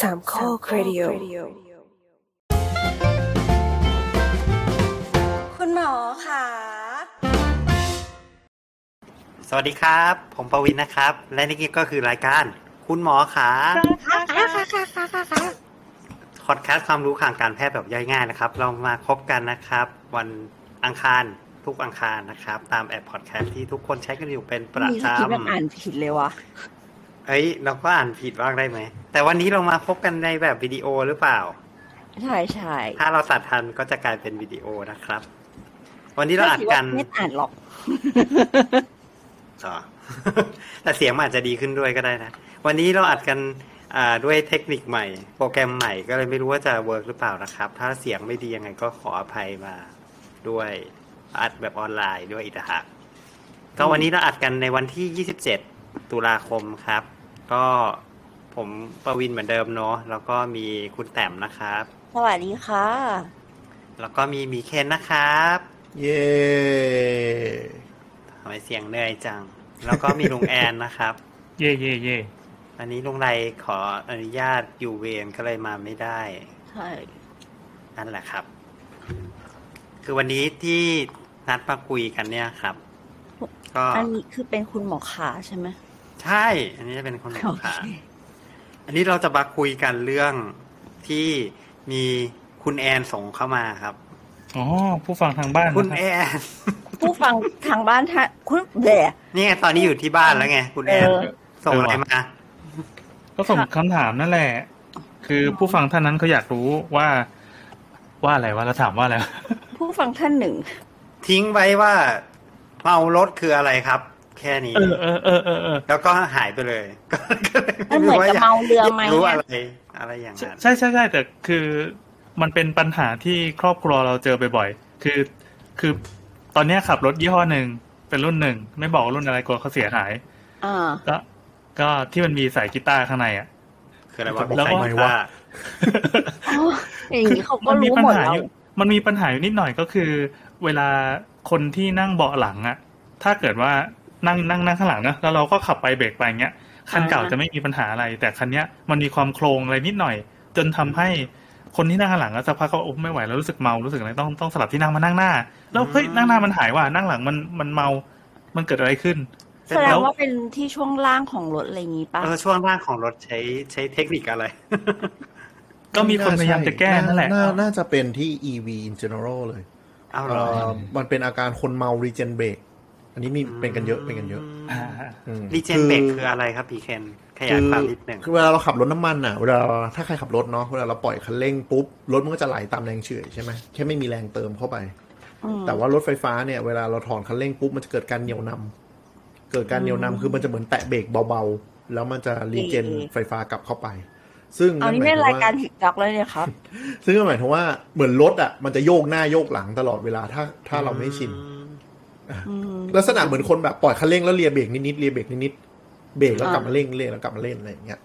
สามข้อครดิโอ คุณหมอค่ะ สวัสดีครับ ผมปวินนะครับ และนี่ก็คือรายการ คุณหมอขาคอดแคสต์ความรู้ทางการแพทย์แบบย่อยง่ายนะครับ เรามาพบกันนะครับ วันอังคารทุกอังคารนะครับ ตามแอปพอดแคสต์ที่ทุกคนใช้กันอยู่เป็นประ มีส จ คริปต์แบบอ่านผิดเลยวะ ำเอ้ยเราก็อ่านผิดบ้างได้ไหม แต่วันนี้เรามาพบกันในแบบวิดีโอหรือเปล่า ใช่ใช่ ถ้าเราตัดทันก็จะกลายเป็นวิดีโอนะครับ วันนี้เราอัดกัน ไม่อ่านหรอก ต่อ แต่เสียงมันอาจจะดีขึ้นด้วยก็ได้นะ วันนี้เราอัดกันอ่าด้วยเทคนิคใหม่ โปรแกรมใหม่ก็เลยไม่รู้ว่าจะเวิร์กหรือเปล่านะครับ ถ้าเสียงไม่ดียังไงก็ขออภัยมาด้วยอัดแบบออนไลน์ด้วยอีกต่างหากก็วันนี้เราอัดกันในวันที่ 27 ตุลาคมครับ ก็ผมประวินเหมือนเดิมเนาะแล้วก็มีคุณแต้มนะครับ สวัสดีค่ะ แล้วก็มีมีเคนนะครับ เย้ ทำไมเสียงเหนื่อยจัง แล้วก็มีลุงแอนนะครับ เย่เย่เย่ อันนี้ลุงไรขออนุญาตอยู่เวรก็เลยมาไม่ได้ ใช่ นั่นแหละครับ คือวันนี้ที่นัดมาคุยกันเนี่ยครับ ก็ อันนี้คือเป็นคุณหมอขาใช่ไหม ใช่ อันนี้จะเป็นคน โอ สำ เค คัญอันนี้เราจะมาคุยกันเรื่องที่มีคุณแอนส่งเข้ามาครับ อ๋อ ผู้ฟังทางบ้าน คุณ นะ แอ รันบผู้ฟัง ทางบ้านท่านคุณเดะ นี่ไงตอนนี้อยู่ที่บ้านแล้วไงคุณแอน เออ ส่งอะไรมา ก็ส่งคำถามนั่นแหละ คือผู้ฟังท่านนั้นเขาอยากรู้ว่า ว่าอะไรวะเราถามว่าอะไรวะ ผู้ฟังท่านหนึ่ง ทิ้งไว้ว่าเมารถคืออะไรครับ แค่นี้ เออเออเออเออเออ แล้วก็หายไปเลย ก็เลย มันเหมือนกับเมาเรือไหม รู้ อะ อะไร อะไรอย่างนั้น ใช่ใช่ใช่แต่คือมันเป็นปัญหาที่ครอบครัวเราเจอบ่อยๆคือ คือตอนเนี้ยขับรถยี่ห้อหนึ่งเป็นรุ่นหนึ่งไม่บอกรุ่นอะไรกลัวเขาเสียหาย อ่า ก็ก็ที่มันมีสายกีตาร์ข้างในอ่ะ คืออะไรวะ แล้วก็ ใส่ผ้า อ๋ออย่างนี้เขาก็ มันมี รู้ ปัญ หมด หา แล้ว อยู่มันมีปัญหาอยู่นิดหน่อยก็คือ เวลาคนที่นั่งเบาะหลังอะถ้าเกิดว่านั่งนั่งนั่งข้างหลังนะแล้วเราก็ขับไปเบรกไปอย่างเงี้ยคันเก่าจะไม่มีปัญหาอะไร แต่คันเนี้ยมันมีความโครงอะไรนิดหน่อย จนทำให้คนที่นั่งข้างหลังอะสักพักก็โอ้ไม่ไหวแล้วรู้สึกเมารู้สึกอะไรต้องต้องสลับที่นั่งมานั่งหน้า แล้วเฮ้ย อืม นั่งหน้ามันหายว่ะนั่งหลังมันมันเมา มันเกิดอะไรขึ้น แสดงว่าเป็นที่ช่วงล่างของรถอะไรอย่างนี้ปะ เออช่วงล่างของรถใช้ใช้เทคนิคอะไร ก็มีคนพยายามจะแก้นั่นแหละ าาน่าจะเป็นที่ EV in general เลย เอาเหร เอ่ อ อมันเป็นอาการคนเมา regen brake อันนี้มีเป็นกันเยอะเป็นกันเยอะอืม รีเจนเบรกคืออะไรครับพี่เคนขยายความนิดหนึ่ง คือเวลาเราขับรถน้ำมันอ่ะเวลาถ้าใครขับรถเนาะเวลาเราปล่อยคันเร่งปุ๊บ รถมันก็จะไหลตามแรงเฉื่อยใช่ไหมแค่ไม่มีแรงเติมเข้าไป ม แต่ว่ารถไฟฟ้าเนี่ยเวลาเราถอนคันเร่งปุ๊บมันจะเกิดการเหนี่ยวนำเกิดการเหนี่ยวนำคือมันจะเหมือนแตะเบรกเบาๆ แล้วมันจะรีเจนไฟฟ้ากลับเข้าไป ซึ่ง เอานี่ หม เป็ ย น ถึงว่ รายการถิกด็อกแล้วเนี่ยครับ ซึ่งก็หมายถึงว่าเหมือนรถอ่ะมันจะโยกหน้าโยกหลังตลอดเวลาถ้าถ้าเราไม่ชิน อืม ลักษณะเหมือนคนแบบปล่อยคันเร่งแล้วเลียเบรกนิดๆเลียเบรกนิดๆเบรกแล้วกลับมาเร่งเร่งแล้วกลับมาเร่งอะไรอย่างเงี้ย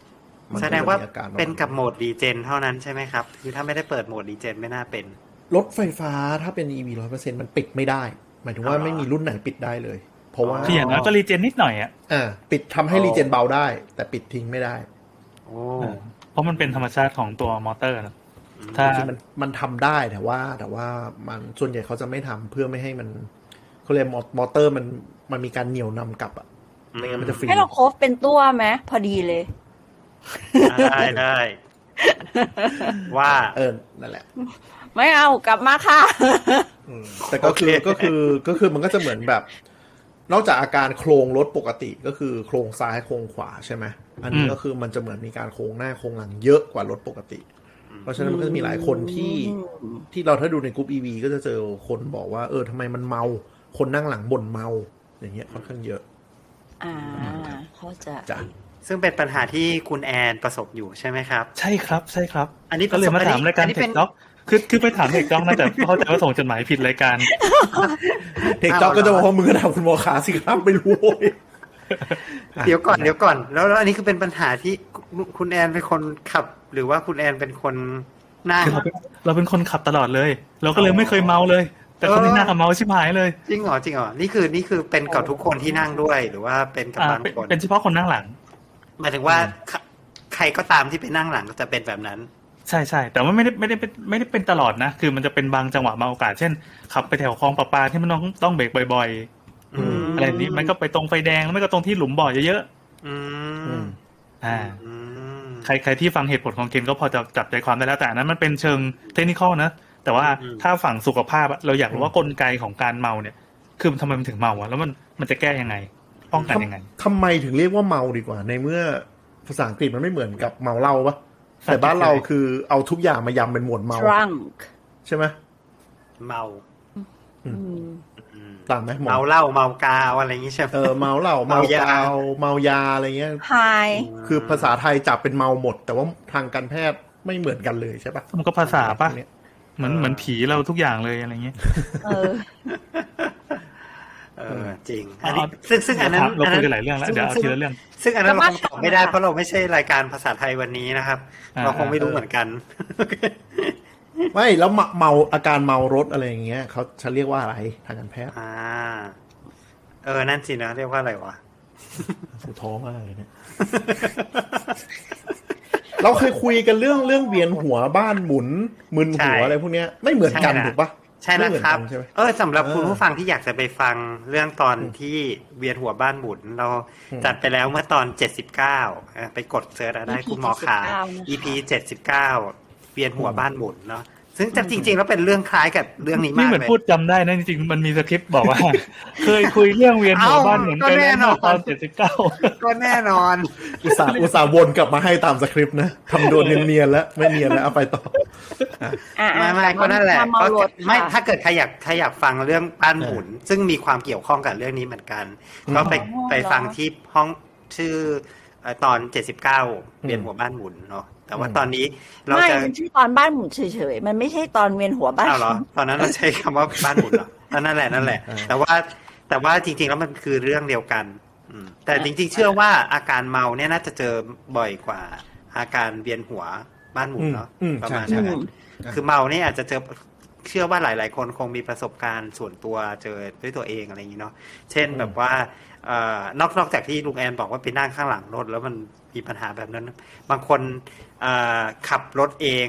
มัน แสดก็จะ งว่า มีอร เป็นกับโหมดรีเจนเท่านั้นใช่ไหมครับ คือถ้าไม่ได้เปิดโหมดรีเจนไม่น่าเป็น รถไฟฟ้าถ้าเป็น EV ร้อยเปอร์เซ็นต์มันปิดไม่ได้ หมายถึงว่า อ๋อ ไม่มีรุ่นไหนปิดได้เลย เพราะว่า คืออย่างน้อยก็รีเจนนิดหน่อยอ่ะ อ่าปิดทำให้รีเจนเบาได้ แต่ปิดทิ้งไม่ได้ โอ้ เพราะมันเป็นธรรมชาติของตัวมอเตอร์นะ ถ้า จริงๆมันมันทำได้แต่ว่า แต่ว่ามันส่วนใหญ่เขาจะไม่ทำเพื่อไม่ให้มันเขาเรียกมอเตอร์มันมันมีการเหนี่ยวนำกลับอ่ะไม่งั้นมันจะฟรี ให้เราโคฟเป็นตัวไหมพอดีเลย ได้ได้ ว่า เออ นั่นแหละ ไม่เอากลับมาค่ะ อืมแต่ก็คือ โอเค ก็คือก็คือมันก็จะเหมือนแบบ นอกจากอาการโครงรถปกติก็คือโครงซ้ายโครงขวาใช่ไหมอันนี้ อืม ก็คือมันจะเหมือนมีการโครงหน้าโครงหลังเยอะกว่ารถปกติ เพราะฉะนั้นมันก็จะมีหลายคนที่ที่เราถ้าดูในกรุ๊ป EV ก็จะเจอคนบอกว่า เออทำไมมันเมา คนนั่งหลังบ่นเมา อย่างเงี้ยค่อนข้างเยอะ อ่าเขาใจะ จ้ะ ซึ่งเป็นปัญหาที่คุณแอนประสบอยู่ใช่ไหมครับ ใช่ครับใช่ครับ อันนี้ ก็เลยมาถามรายการ อันนี้ เท เป็ คน ด็อกคือคือไปถามเทคด็อกนะแต่เข้าใจว่าส่งจดหมายผิดรายการ เด็กจอบก็จะบอกว่ามือถามคุณหมอขาสิครับไม่รู้เว้ย เดี๋ยวก่อนเดี๋ยวก่อนแล้วแล้วอันนี้คือเป็นปัญหาที่คุณคุณแอนเป็นคนขับ หรือว่าคุณแอนเป็นคนนั่ง เราเป็นคนขับตลอดเลย เราก็เลยไม่เคยเมาเลย แต่คนที่หน้ากับเมาชิบหายเลย จริงเหรอจริงเหรอนี่คือนี่คือเป็นกับทุกคนที่นั่งด้วย หรือว่าเป็นกับ อ่า บาง เป็น คน เป็นเฉพาะคนนั่งหลัง หมายถึงว่าข รก็ตามที่ไปนั่งหลังก็จะเป็นแบบนั้น ใช่ใช่แต่ว่าไม่ได้ไม่ได้เป็นไม่ได้เป็นตลอดนะ คือมันจะเป็นบางจังหวะบางโอกาส เช่นขับไปแถวคลองประปาที่มันต้องต้องเบรกบ่อย อืม ๆ อะไรนี้มันก็ไปตรงไฟแดงแล้วมันก็ตรงที่หลุมบ่อเยอะ อื อื ม ม ๆอ่า อืม ใครใครที่ฟังเหตุผลของเคนก็พอจะจับใจความได้แล้วแต่อันนั้นมันเป็นเชิงเทคนิคอลนะ แต่ว่า อืม ถ้าฝั่งสุขภาพอะเราอยากรู้ว่ากลไกของการเมาเนี่ย คือมันทำไมมันถึงเมาอะแล้วมันมันจะแก้ยังไง ป้องกันยังไง ทำไมถึงเรียกว่าเมาดีกว่า ในเมื่อภาษาอังกฤษมันไม่เหมือนกับเมาเหล้าปะแต่บ้านเราคือเอาทุกอย่างมายำเป็นหมวดเมา drunk ใช่ไหม เมา อืม อืม ตามไหมหมอ เมาเหล้าเมากาวอะไรอย่างนี้ใช่ไหม เออเมาเหล้าเมา เมายา กาวเมายาอะไรเงี้ย high คือภาษาไทยจับเป็นเมาหมด แต่ว่าทางการแพทย์ไม่เหมือนกันเลยใช่ปะ มันก็ภาษาปะ เนี่ย เหมือน เออ เหมือนผีเราทุกอย่างเลยอะไรเงี้ย เออ เออจริง อันนี้ เอา ซึ่งซึ่งอันนั้น เราคุยกันห อั ลายเรื่องแล้ว ซึ่ เดี๋ยวเอา ซึ่ ทีละเรื่อง ซึ่งอันนั้น แต่ เรา ว่า คงตอบไม่ได้เพราะเราไม่ใช่รายการภาษาไทยวันนี้นะครับ อ่า เราคงไม่รู้เหมือนกัน ไม่แล้วเมาเมาอาการเมารถอะไรอย่างเงี้ยเขาจะเรียกว่าอะไรทางการแพทย์ อ่าเออนั่นสินะเรียกว่าอะไรวะ กูท้อมากเลยเนี่ย เราเคยคุยกันเรื่องเรื่องเวียนหัวบ้านหมุนมึนหัว ใช่ อะไรพวกเนี้ยไม่เหมือนกัน ใช่นะ ถูกปะ ใช่ ไม่ นะ เหมือน ครั กับ นใช่ไหม เออสำหรับ เออ คุณผู้ฟังที่อยากจะไปฟังเรื่องตอนที่เวียนหัวบ้านหมุน เรา อืม จัดไปแล้วเมื่อตอน 79อ่ะไปกดเซิร์ชเอาได้ EP คุณหมอขา EP 79 เวียนหัวบ้านหมุนเนาะซึ่งจำจริง ๆ แล้วเป็นเรื่องคล้ายกับเรื่องนี้ นี่ มาก เหมือน เลย พูดจำได้นะจริงๆมันมีสคริปต์บอกว่า เคยคุยเรื่องเวียนหัว เอ้า บ้านเหมือน ก็ กัน แน่นอน ตอนเจ็ดสิบเก้า ก็แน่นอน อุตส่าห์อุตส่าห์วนกลับมาให้ตามสคริปต์นะทำโดนเนียนๆแล้วไม่เนียนแล้วเอาไปต่อ อ่ะ ไม่ไม่ก็นั่นแหละ ความเมา ก็ รถค่ะ ไม่ถ้าเกิดใครอยากใครอยากฟังเรื่องบ้านหมุน ซึ่งมีความเกี่ยวข้องกับเรื่องนี้เหมือนกัน อืม ก็ไป อ๋อ ไปฟัง เหรอ ที่ห้องชื่อเอ่อตอน 79เรียน อืม หัวบ้านหมุนเนาะแต่ว่าตอนนี้เรา ไม่ จะ มันชื่อตอนบ้านหมุนเฉยๆ มันไม่ใช่ตอนเวียนหัวบ้าน เอาเหรอตอนนั้นเราใช้คำว่าบ้านหมุนเหรออ่ะนั่นแหละนั่นแหละ อ่า แต่ว่าแต่ว่าจริง ๆ แล้วมันคือเรื่องเดียวกันอืมแต่จริง ๆ เชื่อว่าอาการเมาเนี่ยน่าจะเจอบ่อยกว่า อาการเวียนหัวบ้านหมุนเนาะ อืมอืม ประมาณ ใช่ อื นั้น ม อ่ะ คือเมาเนี่ยอาจจะเจอเชื่อว่าหลาย ๆ คนคงมีประสบการณ์ส่วนตัวเจอด้วยตัวเองอะไรอย่างนี้เนาะเช่นแบบว่าเอ่อนอกนอกจากที่ลุงแอนบอกว่าไปนั่งข้างหลังรถแล้วมันมีปัญหาแบบนั้น บางคนเอ่อขับรถเอง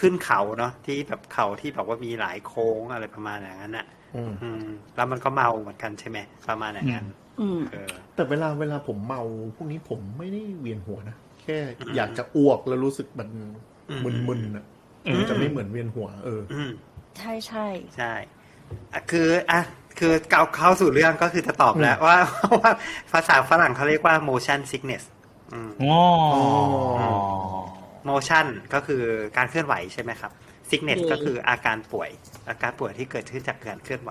ขึ้นเขาเนาะที่แบบเขาที่แบบว่ามีหลายโค้งอะไรประมาณอย่างนั้นอ่ะ อืม อืม แล้วมันก็เมาเหมือนกันใช่ไหมประมาณอย่างนั้น อืม เออ แต่เวลาเวลาผมเมาพวกนี้ผมไม่ได้เวียนหัวนะแค่อยากจะอ้วกแล้วรู้สึกมัน อืม มึนๆนะ อืม มันจะไม่เหมือนเวียนหัวเออ อืม ใช่ใช่ ใช่อ่ะคืออ่ะคือเกาเข้าสู่เรื่องก็คือจะตอบแล้วว่า ว่าภาษาฝรั่งเขาเรียกว่า motion sickness อืม อ๋อ motion ก็คือการเคลื่อนไหวใช่ไหมครับ sickness อืม ก็คืออาการป่วย อาการป่วยที่เกิดขึ้นจากการเคลื่อนไหว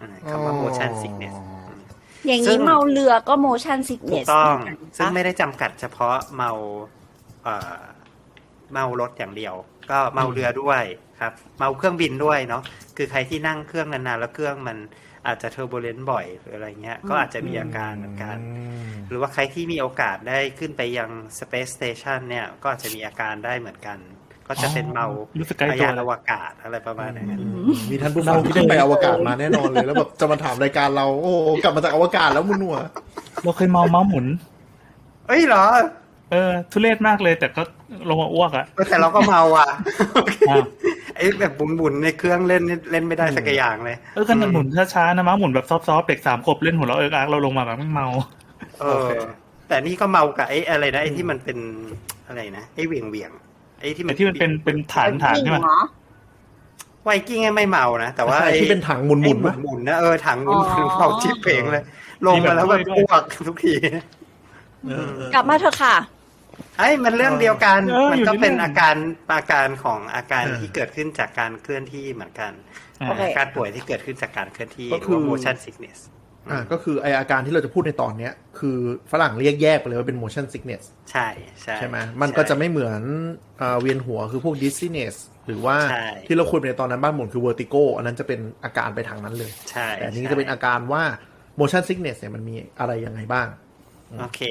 อืมคำว่า motion sickness อืม ๆอย่าง ซึ่ นี้ ง เมาเรือก็ motion ถูก sickness ต้อง เหมือนกันปะ ซึ่งไม่ได้จำกัดเฉพาะเมาเอ่อเมารถอย่างเดียว ก็เมาเรือด้วยครับ เมาเครื่องบินด้วยเนาะ คือใครที่นั่งเครื่องนานๆ แล้วเครื่องมันอาจจะเทอร์โบเลนบ่อยหรืออะไรเงี้ย อืม ก็อาจจะมีอาการเหมือนกัน หรือว่าใครที่มีโอกาสได้ขึ้นไปยัง Space Station เนี่ย ก็อาจจะมีอาการได้เหมือนกัน ก็จะเป็นเมา อ๋อรู้สึกใกล้ตัว ยานอวกาศอะไรประมาณนั้น อืมมีท่านผู้ฟังที่ได้ไปอวกาศมาแน่นอนเลยแล้วแบบจะมาถามรายการเรา โอ้โหกลับมาจากอวกาศแล้วมึนหัว เราเคยเมาเมาหมุน เอ้ยเหรอ เออ ทุเรศมากเลยแต่ก็ลงมาอ้วก อ่ะ แต่เราก็เมาอ่ะ อ้าว ไอ้แบบบุญๆในเครื่องเล่นนี่เล่นไม่ได้สักอย่างเลย เออขนาดหมุนช้าๆนะม้าหมุนแบบซอฟต์ๆเด็กสามขวบเล่นหัวเราะเอิกอักเราลงมาแบบไม่เมา เอ โอ อ เค แต่นี่ก็เมากับไอ้อะไรนะไอ้ที่มันเป็นอะไรนะไอ้เหวียงเวียงๆไอ้ที่มั แต่ น ที่มันเป็นเป็นฐานฐานใช่ไหม เรอ ไวกิ้งอะไม่เมานะแต่ว่า ใช่ ไอ้ ที่เป็นถังหมุนห ไอ้ มุน หมุนหมุนๆนะเออถังหมุนหมุนเมาจิบเพลงเลย ลงมาแล้วแบบอ้วกทุกที กลับมาเถอะค่ะ ไอ้มันเรื่องเดียวกัน เออ มันก็ อยู่ใน เป็น เรื่อง อาการอาการของอาการที่เกิดขึ้นจากการเคลื่อนที่เหมือนกัน อ่า โอเค อาการป่วยที่เกิดขึ้นจากการเคลื่อนที่ ก็ ห คื รือ อว่า motion sickness อ่ะก็คือไออาการที่เราจะพูดในตอนเนี้ย คือฝรั่งเรียกแยกไปเลยว่าเป็น motion sickness ใช่ใช่ ใช่ไหมมันก็จะไม่เหมือนเอ่อเวียนหัวคือพวก dizziness หรือว่า ใช่ ที่เราคุยไปในตอนนั้นบ้านหมุนคือ vertigo อันนั้นจะเป็นอาการไปทางนั้นเลย ใช่ แต่อันนี้ ใช่ จะเป็นอาการว่า motion sickness เนี่ยมันมีอะไรยังไงบ้าง โอเค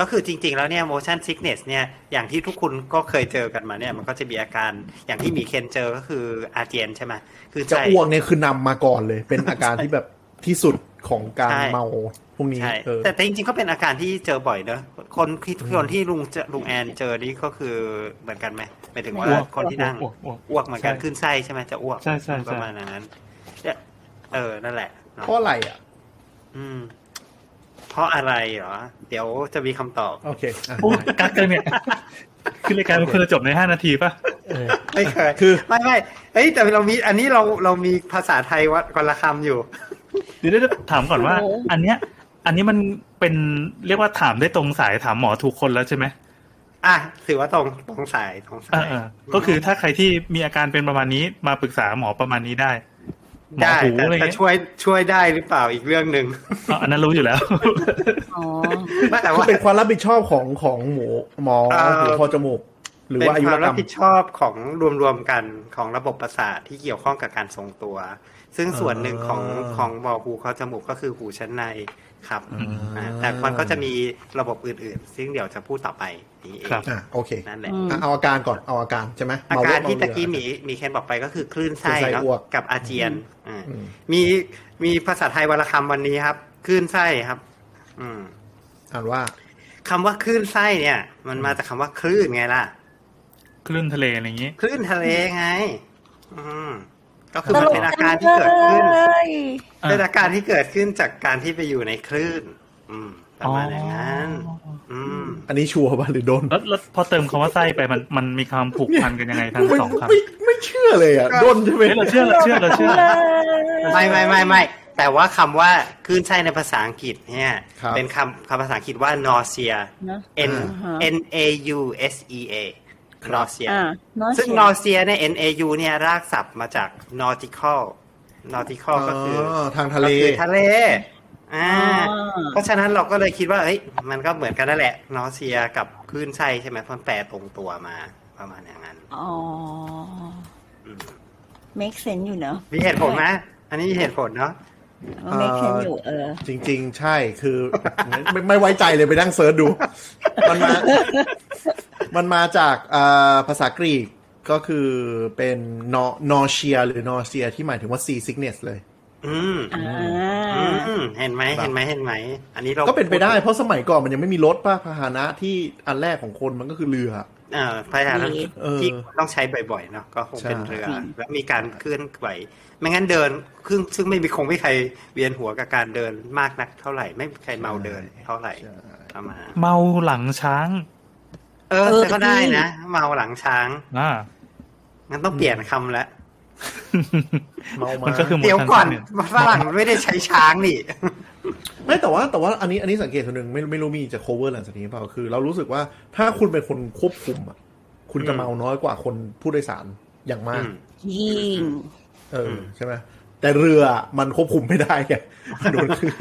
ก็คือจริงๆ แล้วเนี่ย motion sickness เนี่ย อย่างที่ทุกคนก็เคยเจอกันมาเนี่ย มันก็จะมีอาการ อย่างที่หมีเคนเจอก็คืออาเจียนใช่ไหมคือ จะ ใช่ อ้วกเนี่ยคือนำมาก่อนเลย เป็นอาการที่แบบที่สุดของการ ใช่ เมา พวกนี้ ใช่ เออ แต่แต่จริงๆก็เป็นอาการที่เจอบ่อยเนอะคนที่คนที่ลุงเจอลุงแอนเจอนี่ก็คือเหมือนกันไหมหมายถึงว่า อ้วก คนที่นั่ง อ้วกอ้วกอ้วก อ้วกเหมือนกัน ใช่ ขึ้นไส้ใช่ไหมจะอ้วก ใช่ใช่ใช่ ประมาณนั้นเนี่ยเออนั่นแหละเนอะ เพราะอะไรอ่ะ อืม เพราะอะไรเหรอ เดี๋ยวจะมีคำตอบ โอเคอ่ะ โอ้กักกันเนี่ย คือรายการมันควรจะจบในห้านาทีป่ะ เออ ไม่เคย คือ ไม่ไม่เอ้ยแต่เรามี อันนี้เราเรามีภาษาไทยวัดกลคำอยู่ เดี๋ยวเดี๋ยวเดี๋ยวถามก่อนว่า โอ้โห อันเนี้ย อันนี้มันเป็นเรียกว่าถามได้ตรงสายถามหมอถูกคนแล้วใช่ไหม อ่ะถือว่าตรงตรงสายตรงสา เอย อเออก็คือถ้าใครที่มีอาการเป็นประมาณนี้มาปรึกษาหมอประมาณนี้ได้ หมอ ได้ หู แต่ อะไร แต่ เงี้ย ช่วยช่วยได้หรือเปล่าอีกเรื่องห นึ่ง อ๋ออันนั้นรู้อยู่แล้ว อ๋อ แต่ คือ ว่า เป็นความรับผิดชอบของของหมูหมอ เอ่อ หรือพอจมูก หรือ เป็น ว่าอายุ ควาร ม กร รับ รม ผิดชอบของรวมๆกันของระบบประสาทที่เกี่ยวข้องกับการทรงตัว ซึ่งส่วนหนึ่งของของบอหูเขาจมูกก็คือหูชั้นในครับ อ่า อ่าแต่มันก็จะมีระบบอื่นๆ ซึ่งเดี๋ยวจะพูดต่อไปนี่เอง ครับ อ่ะโอเค นั่นแหละ อืม อ่ะเอาอาการก่อนเอาอาการใช่ไหม อา เม การ เม ที่ตะ เรือ กี้หมีหมีเคนบอกไปก็คือคลื่นไส้ คลื่นไส้ เนาะ อ้วก กับอาเจียนอ่า อืม มีมีภาษาไทยวรรณคำวันนี้ครับคลื่นไส้ครับ อืม อ่านว่า คำว่าคลื่นไส้เนี่ย มันมาจากคำว่าคลื่นไงล่ะ คลื่นทะเลอะไรอย่างนี้ คลื่นทะเลไง อืมก็คือ ต มัน ลก เป็นอา จั การ ง ที่ เล เกิดขึ้น ย อ่า เป็นอาการที่เกิดขึ้นจากการที่ไปอยู่ในคลื่น อืม ประมาณอย่างนั้น อ๋อ อืม อันนี้ชัวร์ป่ะหรือโดน แล้วแล้วพอเติมคำว่าไส้ไปมันมันมีความผูกพันกันยังไงทั้งสองคำ ไม่ไม่เชื่อเลยอ่ะ ครับ โดนใช่ไหม เฮ้ยเราเชื่อเราเชื่อเราเชื่อ ไม่ไม่ไม่ไม่แต่ว่าคำว่าคลื่นไส้ในภาษาอังกฤษเนี่ย ครับ เป็นคำคำภาษาอังกฤษว่า nausea นะ n อ่า ฮะ n a u s e a nausea อ่าน้อย ซึ่ง เชีย nausea เนี่ย n a u เนี่ยรากศัพท์มาจาก nautical nautical ก็คืออ อทางทะเล ก็คือทะเล อ่า อ่า เพราะฉะนั้นเราก็เลยคิดว่าเอ้ย มันก็เหมือนกันนั่นแหละนอเซียกับคลื่นไส้ใช่ไหมเพราะมันแปลตรงตัวมา ประมาณอย่างนั้น อ๋อ อืม make sense อยู่เนอะ มีเหตุผลนะ อันนี้มีเหตุผลเนาะ ว่า make sense อยู่เออ จริง ๆ ใช่คือ ไม่ไม่ไม่ไว้ใจเลยไปนั่งเซิร์ชดู มันมามันมาจากอ่าภาษากรีกก็คือเป็นนอนอเชียหรือนอเซียที่หมายถึงว่า sea sickness เลย อืม อ่า อืม เห็นไหมเห็นไหมเห็นไหม อันนี้เรา ก็เป็นไปได้เพราะสมัยก่อนมันยังไม่มีรถป่ะพาหนะที่อันแรกของคนมันก็คือเรือ เอ่อพยายาม เออ ที่ต้องใช้บ่อยๆเนาะ ก็คง ใช่ เป็นเรือ อืม แล้วมีการเคลื่อนไหว ไม่งั้นเดินซึ่งซึ่งไม่มีคงไม่ใครเวียนหัวกับการเดินมากนักเท่าไหร่ ไม่มีใครเมาเดินเท่าไหร่ ใช่ ประมาณ เมาหลังช้าง เออแต่ก็ได้นะ เมาหลังช้าง อ่า งั้นต้องเปลี่ยนคำแล้ว เมามา มันก็คือ เดี๋ยวก่อนฝรั่งมันไม่ได้ใช้ช้างนี่ ไม่แต่ว่าแต่ว่าอันนี้อันนี้สังเกตส่วนหนึ่งไม่ไม่รู้มีจะ cover หลังจากนี้หรือเปล่าคือ เรารู้สึกว่าถ้าคุณเป็นคนควบคุมอ่ะคุณจะเมาน้อยกว่าคนผู้โดยสารอย่างมาก ยิง เอออ ม ใช่ไหมแต่เรือมันควบคุมไม่ได้ไง โดนคลื่น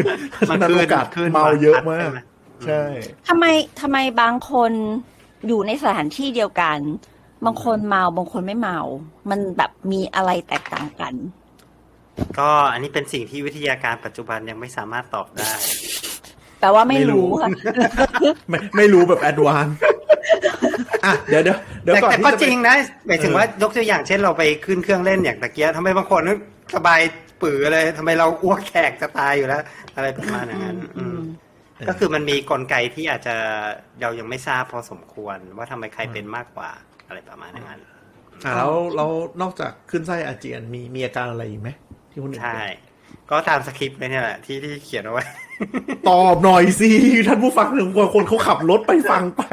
มัน นั้น คลื่น โอกาส คลื่น เมาเยอะมา ใช่ ก ไหม ใช่ ทำไมทำไมบางคนอยู่ในสถานที่เดียวกัน บางคนเมาบางคนไม่เมา มันแบบมีอะไรแตกต่างกัน ก็อันนี้เป็นสิ่งที่วิทยาการปัจจุบันยังไม่สามารถตอบได้ แปลว่าไม่ ไม่รู้ รู้ค่ะ ไม่ไม่รู้แบบแอดวาน อ่ะเดี๋ยวเดี๋ยวเดี๋ยว แต่ ก่อน แต่ ที่ ก็ จะ จริง ไป นะหมายถึง เออ ว่ายกตัวอย่างเช่นเราไปขึ้นเครื่องเล่นอย่างตะเกียทำไมบางคนนึกสบายปือเลยทำไมเราอ้วกแขกจะตายอยู่แล้ว อะไรประมาณอย่างนั้นอืมก็คือมันมีกลไกที่อาจจะเรายังไม่ทราบพอสมควร ว่าทำไมใครเป็นมากกว่าอะไรประมาณอย่างนั้น อ่ะแล้วแล้วนอกจากขึ้นไส้อาเจียนมีมีอาการอะไรอีกไหมที่คนอื่น ใช่ ก็ตามสคริปต์เลยเนี่ยแหละที่ที่เขียนเอาไว้ ตอบหน่อยสิท่านผู้ฟังหนึ่งคนคนเขาขับรถไปฟังไป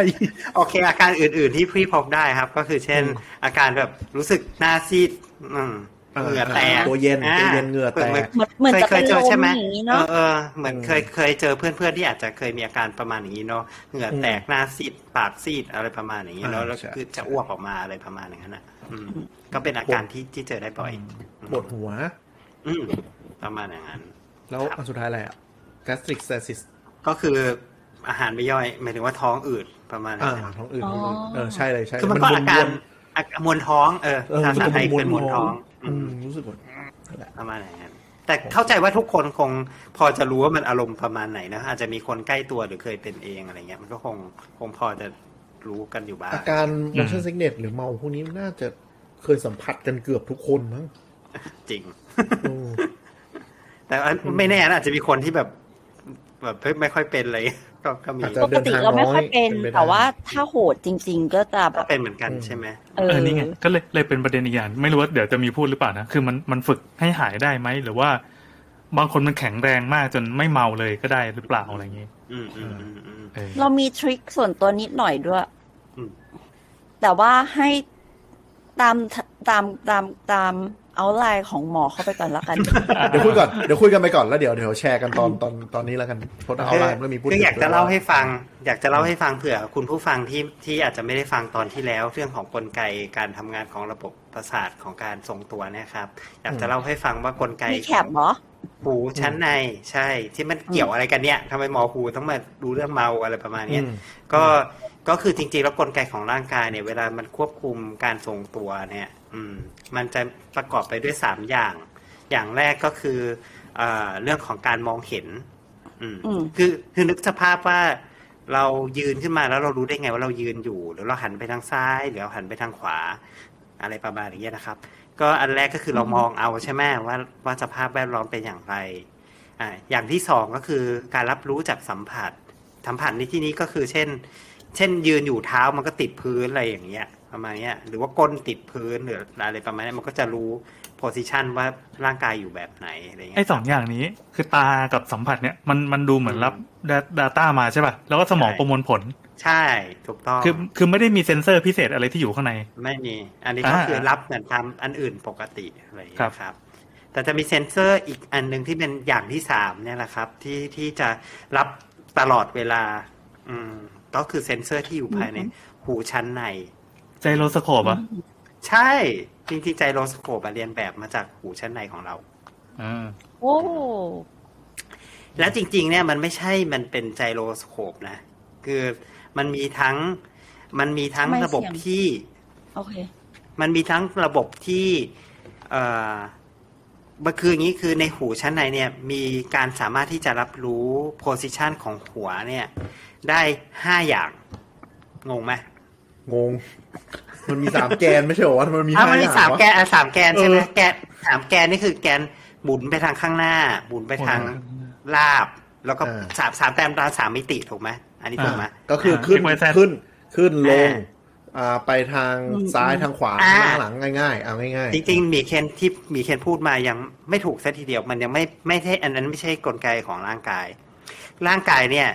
โอเค อาการอื่นๆที่พี่พบได้ครับ ก็คือเช่น อืม อาการแบบรู้สึกหน้าซีดอืม เออ เหงื่อแตก ตัวเย็น อ่า ตัวเย็นเหงื่อแตก เหมือน เคย จะเป็นเคยเจอใช่ไหม ลมอย่างนี้เนอะ เออเออเหมือนเคยเคยเจอเพื่อนๆที่อาจจะเคยมีอาการประมาณอย่างนี้เนาะเหงื่อแตกหน้าซีดปากซีดอะไรประมาณอย่างนี้เนาะ อ่า แล้ว ใช่ คือจะอ้วกออกมาอะไรประมาณอย่างนั้นอ่ะอืมก็เป็นอาการที่ที่เจอได้บ่อย ปวดหัว อืมประมาณอย่างนั้น แล้วอันสุดท้ายอะไรอ่ะ gastric stasis ก็คืออาหารไม่ย่อยหมายถึงว่าท้องอืดประมาณนั้ อ่าน นะครับ ท้องอืดท้องอืดเออใช่เลยใช่เลย คือมันก็อาการ วนๆ อาการมวนท้องเออ เออ ภาษาไทย รู้ เป็นสึกม ว่ วนท้องอือืม ม รู้สึกว่านั่นแหละ ประมาณอย่างนั้นแต่เข้าใจว่าทุกคนคงพอจะรู้ว่ามันอารมณ์ประมาณไหนนะอาจจะมีคนใกล้ตัวหรือเคยเป็นเองอะไรเงี้ย มันก็คงคงพอจะรู้กันอยู่บ้าง อาการ motion sickness หรือเมาพวกนี้น่าจะเคยสัมผัสกันเกือบทุกคนมั้ง จริง เออ แต่อันไม่แน่นะอาจจะมีคนที่แบบ แบบเฮ้ยไม่ค่อยเป็นอะไร เลยก็ก็มี อาจจะ ปกติเราไม่ค่อยเป็น เดินทางน้อยเป็นไปได้ แต่ว่าถ้าโหดจริง ๆ ก็จะแบ ก็ บ เป็นเหมือนกันใช่ไหม เอ เอ อ อนี่ไงก็เลยเลยเป็นประเด็นอีกอย่างไม่รู้ว่าเดี๋ยวจะมีพูดหรือเปล่านะคือมันมันฝึกให้หายได้ไหมหรือว่า บางคนมันแข็งแรงมากจนไม่เมาเลยก็ได้หรือเปล่าอะไรอย่างงี้ อืมอืมอืมอืม เออ เรามีทริคส่วนตัวนิดหน่อยด้วย อืม แต่ว่าให้ตามตามตามตามเอาไลน์ของหมอเข้าไปก่อนละกัน เดี๋ยวคุยก่อนเดี๋ยวคุยกันไปก่อนแล้วเดี๋ยวเดี๋ยวแชร์กันตอนตอนตอนนี้แล้วกันเพราะเอาไลน์แล้วมีพูด คืออยากจะเล่าให้ ด้วยว่ ฟัง อยากจะเล่าให้ฟังเผื่อคุณผู้ฟังที่ที่อาจจะไม่ได้ฟังตอนที่แล้ว เรื่องของกลไกการทำงานของระบบประสาทของการทรงตัวเนะครับ อยากจะเล่าให้ฟังว่ากลไก มีแคปเหรอ หูชั้นในใช่ ที่มันเกี่ยวอะไรกันเนี่ยทำไมหมอหูต้องมาดูเรื่องเมาอะไรประมาณ อื เนี้ย ม ก็ ก็คือจริงๆ แล้วกลไกของร่างกายเนี่ย เวลามันควบคุมการทรงตัวเนี่ย อืม มันจะประกอบไปด้วยสามอย่าง อย่างแรกก็คือเอ่อเรื่องของการมองเห็น อืม อืม คือ คือนึกสภาพว่าเรายืนขึ้นมาแล้วเรารู้ได้ไงว่าเรายืนอยู่ หรือเราหันไปทางซ้าย หรือเราหันไปทางขวา อะไรประมาณอย่างเงี้ยนะครับ ก็อันแรกก็คือเรามองเอาใช่ไหมว่าว่าสภาพแวดล้อมเป็นอย่างไร อ่า อย่างที่สองก็คือการรับรู้จากสัมผัส สัมผัสในที่นี้ก็คือเช่น เช่นยืนอยู่เท้ามันก็ติดพื้นอะไรอย่างเงี้ยประมาณเนี้ยหรือว่าก้นติดพื้นหรืออะไรประมาณเนี้ยมันก็จะรู้โพสิชันว่าร่างกายอยู่แบบไหนอะไร ไอ้ เงี้ย สองอย่างนี้คือตากับสัมผัสเนี่ยมันมันดูเหมือน อืม รับดัต้ามาใช่ป่ะแล้วก็สมอง ใช่ ประมวลผล ใช่ถูกต้อง คือคือไม่ได้มีเซ็นเซอร์พิเศษอะไรที่อยู่ข้างใน ไม่มี อันนี้ก็ อ่า คือรับเหมือนทำอันอื่นปกติอะไรอย่าง คเงี้รับ ยครับ แต่จะมีเซ็นเซอร์อีกอันหนึ่งที่เป็นอย่างที่สามเนี่ยแหละครับ ที่ที่จะรับตลอดเวลา อืมก็คือเซ็นเซอร์ที่อยู่ภายในหูชั้นใน ไจโรสโคปอ่ะ ใช่จริงๆใจโรสโคปอะเรียนแบบมาจากหูชั้นในของเรา อ่า โอ้ แล้วจริงๆ เนี่ยมันไม่ใช่มันเป็นไจโรสโคปนะ คือมันมีทั้งมันมีทั้ง ไม่เสี่ยง ระบบที่ โอเค มันมีทั้งระบบที่เอ่อมันคืออย่างนี้คือในหูชั้นในเนี่ยมีการสามารถที่จะรับรู้ position ของหัวเนี่ยได้ห้าอย่าง งงไหม งง มันมีสามแกนไม่ใช่เหรอวะทำไมมันมี อ้าว ห้า มัน อ มี ย่าง สาม วะ แกนอ่ะสามแกนใช่ไหม เออ แกนสามแกนนี่คือแกนหมุนไปทางข้างหน้าหมุนไปทางลาบ แล้วก็สามสามแต้มตาสามมิติถูกไหมอันนี้ถูกไหม ก็คือขึ้น ไวแซด ขึ้นขึ้นลง อ่า อ่าไปทาง อืม ซ้ายทางขวา อ่า ข้างหลังง่ายๆ เอาง่าย จริงๆหมีเคนที่หมีเคนพูดมายังไม่ถูกซะทีเดียวมันยังไม่ไม่ใช่อันนั้นไม่ใช่กลไกของร่างกาย ร่างกายเนี่ย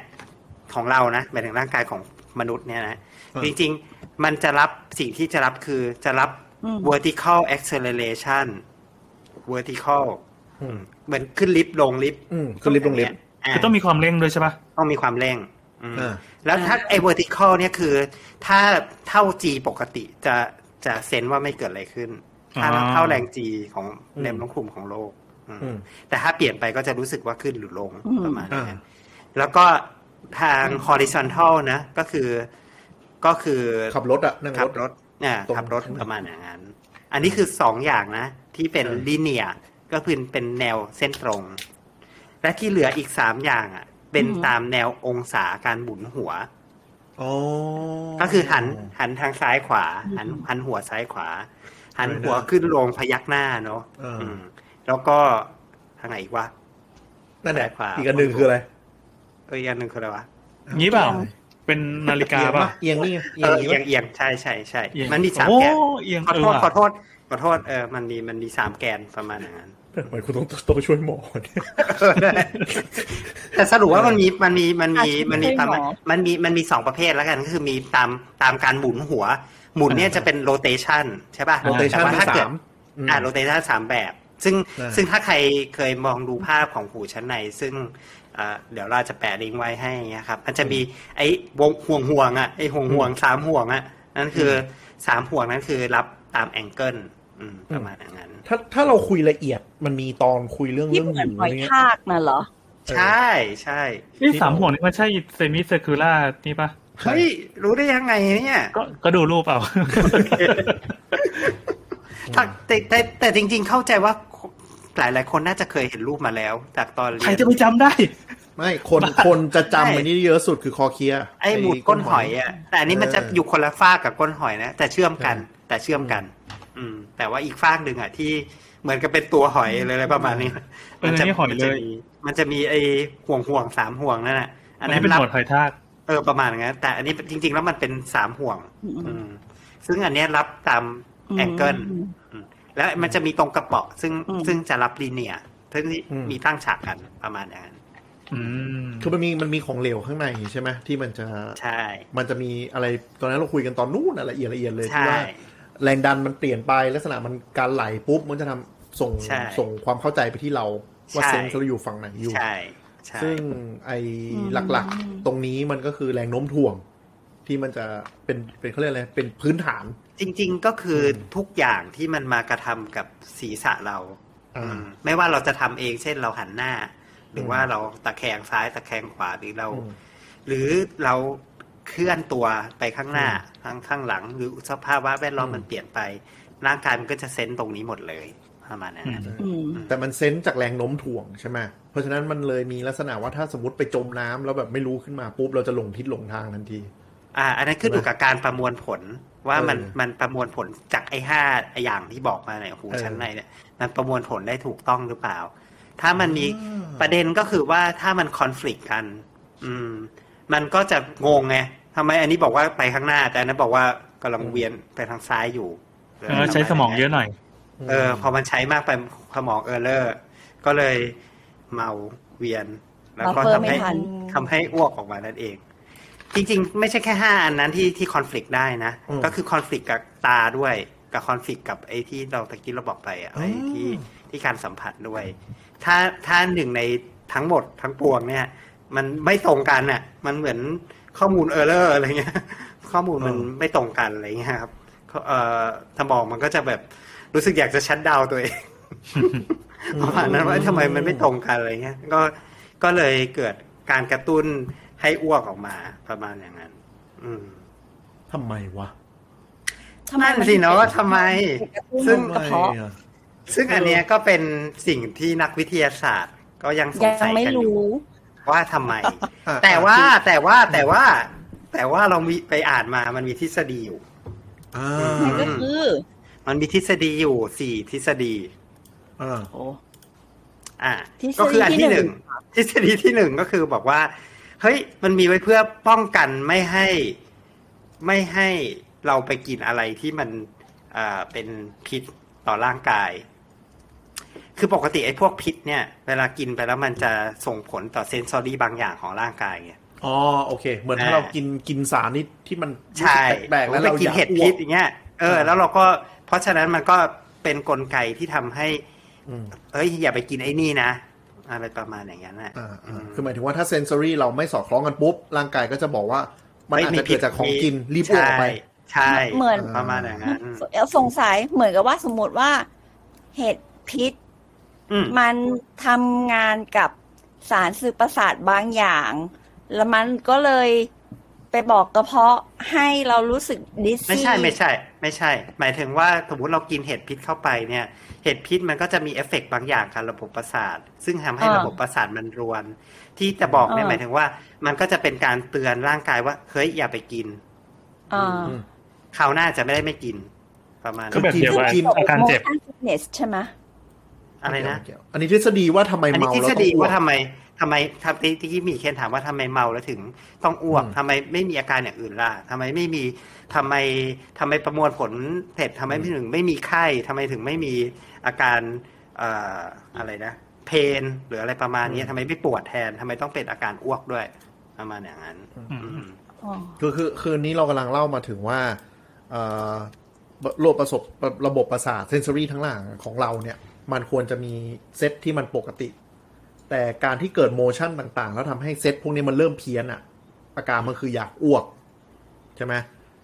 ของเรานะหมายถึงร่างกายของมนุษย์เนี่ยนะจริงๆมันจะรับสิ่งที่จะรับคือจะรับ อืม vertical acceleration vertical ๆอืม เหมือนขึ้นลิฟต์ลงลิฟต์ อืมขึ้นลิฟต์ลงลิฟต์ อ่า คือต้องมีความเร่งด้วยใช่ป่ะ ต้องมีความเร่งอืม อ่า แล้วถ้าไอ้ vertical เนี่ยคือ ถ้าเท่า g ปกติจะจะเซนว่าไม่เกิดอะไรขึ้น ถ้าเท่าแรง g ของ อืม แนวโน้มคุมของโลกอืม อืม แต่ถ้าเปลี่ยนไปก็จะรู้สึกว่าขึ้นหรือลง อืม ประมาณนั้น อ่า แล้วก็ทาง horizontal นะ ก็คือก็คือ ขับรถอะนั่ง ขั ร บ ถ รถอ่า ตรง ขับรถประมาณอย่างนั้น อันนี้คือสองอย่างนะ ที่เป็น เออ ลิเนียก็คือเป็นแนวเส้นตรง และที่เหลืออีกสามอย่างอ่ะ เป็นตามแนวองศาการบุนหัว อ๋อ ก็คือหันหันทางซ้ายขวา หันหันหัวซ้ายขวา หันหัวขึ้นลงพยักหน้าเนาะ เอออื มแล้วก็ทางไหนอีกวะ นั่นแหซ้าละยขวา อีกอันหนึ่งคืออะไร เอ้ยอันหนึ่งคืออะไรวะ งี้เปล่าเป็นนาฬิกา เอียง ป่ะ ปะเอียงนี่ไง เออเอีนี่ยปะงเอียงใช่ใช่ใช่ เอียง มันมีสาม โอ้ แกน เอียง ขอ เอ โท อ ษ ว่ะ ขอโทษขอโทษเออมันมีมันมีสามแกนประมาณอย่างนั้น ทำไมคุณต้องต้องไปช่วยหมอเนี่ย แต่สรุปว่ามันมีมันมีมันมี อาจจะ มันมีตาม ไม่ใช่หมอ มันมีมันมีสองประเภทแล้วกันก็คือมีตามตามการหมุนหัว หมุนเนี่ยจะเป็นโรเตชันใช่ป่ะ โรเตชัน แต่ว่า มี ถ้าเกิ สา ด มอืม อ่าโรเตชันสามแบบ ซึ่ง อ่า ซึ่งถ้าใครเคยมองดูภาพของหูชั้นใน ซึ่งอ่าเดี๋ยวเราจะแปะลิงก์ไว้ให้นะครับ มันจะมีไอ้วงห่วงห่วงๆอ่ะไอ้ห่วงห่วงๆสามห่วงอ่ะนั่นคืออสามห่วงนั้นคือรับตามแองเกิลอืมประมาณอย่างนั้น ถ้าถ้าเราคุยละเอียดมันมีตอนคุยเรื่อง ที่ เรื่อง เหมือน หู หอย เนี่ย ทากน่ะเหรอ เออ ใช่ใช่ นี่สามห่วงนี่มันใช่เซมิเซอร์คูล่านี่ปะ เฮ้ย รู้ได้ยังไงเนี่ย ก็ก็ดูรูปเอา ถ้าแต่แต่แต่จริง ๆ เข้าใจว่าหลายหลายๆคนน่าจะเคยเห็นรูปมาแล้ว จากตอนเรี ใคร ยน จะไปจำได้ ไม่คนคนจะจำ ใช่ อันนี้เยอะสุดคือคอเคลียร์ ไอ้หมุดก้นหอยอ่ะ แต่อันนี้มันจะ เออ อยู่คนละฝ้ากกับก้นหอยนะ แต่เชื่อมกัน เออ แต่เชื่อมกัน อืม แต่ว่าอีกฝ้ากหนึ่งอ่ะที่ เหมือนกับเป็นตัวหอยเลยอะไรประมาณนี้ เออนี่หอยเลมัจะยมีมันจะมีไอห่วงห่วงๆสามห่วงนั่นแหละอั อั น น นั้ นี้ น เป็น รับ หมวดหอยทาก เออประมาณงั้นแต่อันนี้จริง ๆ แล้วมันเป็นสามห่วง อืมซึ่งอันเนี้ยรับตามแองเกิล ม แล้วมันจะมีตรงกระเป๋อซึ่ง อืม ซึ่งจะรับลีเนียร์ซึ่ง อืม มีตั้งฉากกันประมาณนั้น อืม คือมันมีมันมีของเหลวข้างในใช่ไหมที่มันจะ ใช่ มันจะมีอะไรตอนนั้นเราคุยกันตอนนู้นอะละเอียดละเอียดเลยที่ ใช่ ว่า แรงดันมันเปลี่ยนไปลักษณะมันการไหลปุ๊บมันจะทำส่ง ใช่ ส่งความเข้าใจไปที่เราว่า ใช่ เซนส์เราอยู่ฝั่งไหนอยู่ ใช่ใช่ ซึ่งไอ อืม หลักๆ ตรงนี้มันก็คือแรงโน้มถ่วง ที่มันจะเป็นเป็นเขาเรียกอะไรเป็นพื้นฐาน จริง ๆก็คืออ ม ทุกอย่างที่มันมากระทำกับศีรษะเรา อ่า อืมไม่ว่าเราจะทำเองเช่นเราหันหน้า หรืออ ม ว่าเราตะแคงซ้ายตะแคงขวาหรือเรา อืม หรือเราเคลื่อนตัวไปข้างหน้าทางข้างหลัง หรือสภาพแวดล้อม อืม มันเปลี่ยนไป ร่างกายมันก็จะเซนส์ตรงนี้หมดเลยประมาณนั้นนะ อืม แต่มันเซนส์จากแรงโน้มถ่วงใช่ไหมเพราะฉะนั้นมันเลยมีลักษณะว่าถ้าสมมติไปจมน้ำแล้วแบบไม่รู้ขึ้นมาปุ๊บเราจะหลงทิศหลงทางทันที อ่า อันนั้นขึ้นอยู่กับการประมวลผลว่ามัน เออ มันประมวลผลจากไอ้ห้าอย่างที่บอกมาเนี่ยโอ้โห เออ ชั้นในเนี่ย มันประมวลผลได้ถูกต้องหรือเปล่า ถ้ามันมี อ่า ประเด็นก็คือว่าถ้ามันคอน FLICT กัน อืม มันก็จะงงไงทำไมอันนี้บอกว่าไปข้างหน้า แต่อันนั้นบอกว่ากำลังเวียนไปทางซ้ายอยู่ เออใช้สมองเยอะหน่อย เออ พอมันใช้มากไปสมองเออร์เลอร์ ก็เลยเมาเวียน แล้วก็ บัฟเฟอร์ ทำให้ ไม่ทัน ทำให้อ้วกออกมานั่นเอง จริง ๆ ไม่ใช่แค่ห้าอันนั้นที่ที่คอน FLICT ได้นะ อืม ก็คือคอน FLICT กับตาด้วยกับคอน FLICT กับไอ้ที่เราตะกี้เราบอกไปอะไอ้ที่ อืม ที่การสัมผัสด้วย ถ้าถ้าหนึ่งในทั้งหมดทั้งปวงเนี่ย มันไม่ตรงกันน่ะ มันเหมือนข้อมูลเออร์เลอร์อะไรเงี้ย ข้อมูลมัน เออ ไม่ตรงกันอะไรเงี้ยครับเขาเอ่อสมองมันก็จะแบบรู้สึกอยากจะชัดดาวน์ตัวเอง ประมาณนั้นว่าทำไมมันไม่ตรงกันอะไรเงี้ย ก็ก็เลยเกิดการกระตุ้นให้อ้วกออกมาประมาณอย่างนั้น อืม ทำไมวะ ทำไม นั่นสิเนอะทำไม ซึ่ ซึ่ ง งกระเพาะ ทำไมอ ซึ่งอันเนี้ยก็เป็นสิ่งที่นักวิทยาศาสตร์ ก็ยังสง ยั สั ง ย ไม่ กันอยู่ รู้ ว่าทำไม อ่ะ แต่ว่าแต่ว่าแต่ว่า แต่ว่าเรามีไปอ่านมามันมีทฤษฎีอยู่ อ่า มันก็คือ มันมีทฤษฎีอยู่สี่ทฤษฎี อ่า โอ้ อ่า ทฤษฎี ก็คืออัน ที่ ที่ห หนึ่ นึ่ง ง ทฤษฎีที่หนึ่งก็คือบอกว่า เฮ้ย มันมีไว้เพื่อป้องกันไม่ให้ไม่ให้เราไปกินอะไรที่มันอ่าเป็นพิษต่อร่างกาย คือปกติไอ้พวกพิษเนี่ย เวลากินไปแล้วมันจะส่งผลต่อเซนซอรี่บางอย่างของร่างกายไง อ๋อโอเค เหมือน อ่า ถ้าเรากินกินสารนี่ที่มัน ใช่ รู้สึกแปลกๆแล้ว ไป เรา กิน อยาก เห็ด อ้ว พิษ ก อย่างเงี้ย เออ อ่า แล้วเราก็ เพราะฉะนั้นมันก็เป็นกลไกที่ทำให้ อืม เอ้ย อย่าไปกินไอ้นี่นะ อะไรประมาณอย่างนั้นน่ะ อ่า อื อ่าม คือหมายถึงว่าถ้าเซนซอรี่เราไม่สอดคล้องกันปุ๊บ ร่างกายก็จะบอกว่า มันอาจจะเกิดจากของกินรีบอ้วกออกไป ใช่ใช่ เหมือน ประมาณอย่างนั้น สงสัยเหมือนกับว่าสมมติว่าเห็ดพิษ อืม มันทำงานกับสารสื่อประสาทบางอย่าง แล้วมันก็เลยไปบอกกระเพาะให้เรารู้สึกดิสซี่ ไม่ใช่ไม่ใช่ ไม่ใช่ หมายถึงว่าสมมติเรากินเห็ดพิษเข้าไปเนี่ย เห็ดพิษมันก็จะมีเอฟเฟกต์บางอย่างกับระบบประสาท ซึ่งทำให้ระบบประสาทมันรวน ที่จะบอกเนี่ยหมายถึงว่า มันก็จะเป็นการเตือนร่างกายว่า เฮ้ย อย่าไปกิน อ่า คราวหน้าจะไม่ได้ไม่กิน ประมาณ ก็ นั้น แบบเดียวกับ กิน อาการเจ็บ โมชั่นฟิตเนสใช่ไหม อะไรนะ เกี่ยวอันนี้ทฤษฎีว่าทำไม อันนี้ เมา ทฤ แล้ว ษ ต้อง ฎี อ้วก ว่าทำไมทำไมทำที่ที่มีเคนถามว่าทำไมเมาแล้วถึงต้องอ้วก อืม ทำไมไม่มีอาการอย่างอื่นล่ะทำไมไม่มีทำไมทำไมประมวลผลเสร็จทำไมไม่ถึงไม่มีไข้ทำไมถึงไม่มีอาการเอ่ออะไรนะ เพนหรืออะไรประมาณนี้ทำไมไม่ปวดแทนทำไมต้องเป็นอาการอ้วกด้วย ประมาณอย่างนั้น อืม อืม อ๋อ คือคือคืนนี้เรากำลังเล่ามาถึงว่าเอ่อโรคประสบระบบประสาทเซนซอรี่ทั้งหลังของเราเนี่ย มันควรจะมีเซตที่มันปกติ แต่การที่เกิดโมชั่นต่างๆ แล้วทำให้เซตพวกนี้มันเริ่มเพี้ยนอะอาการมันคืออยากอ้วก ใช่ไหม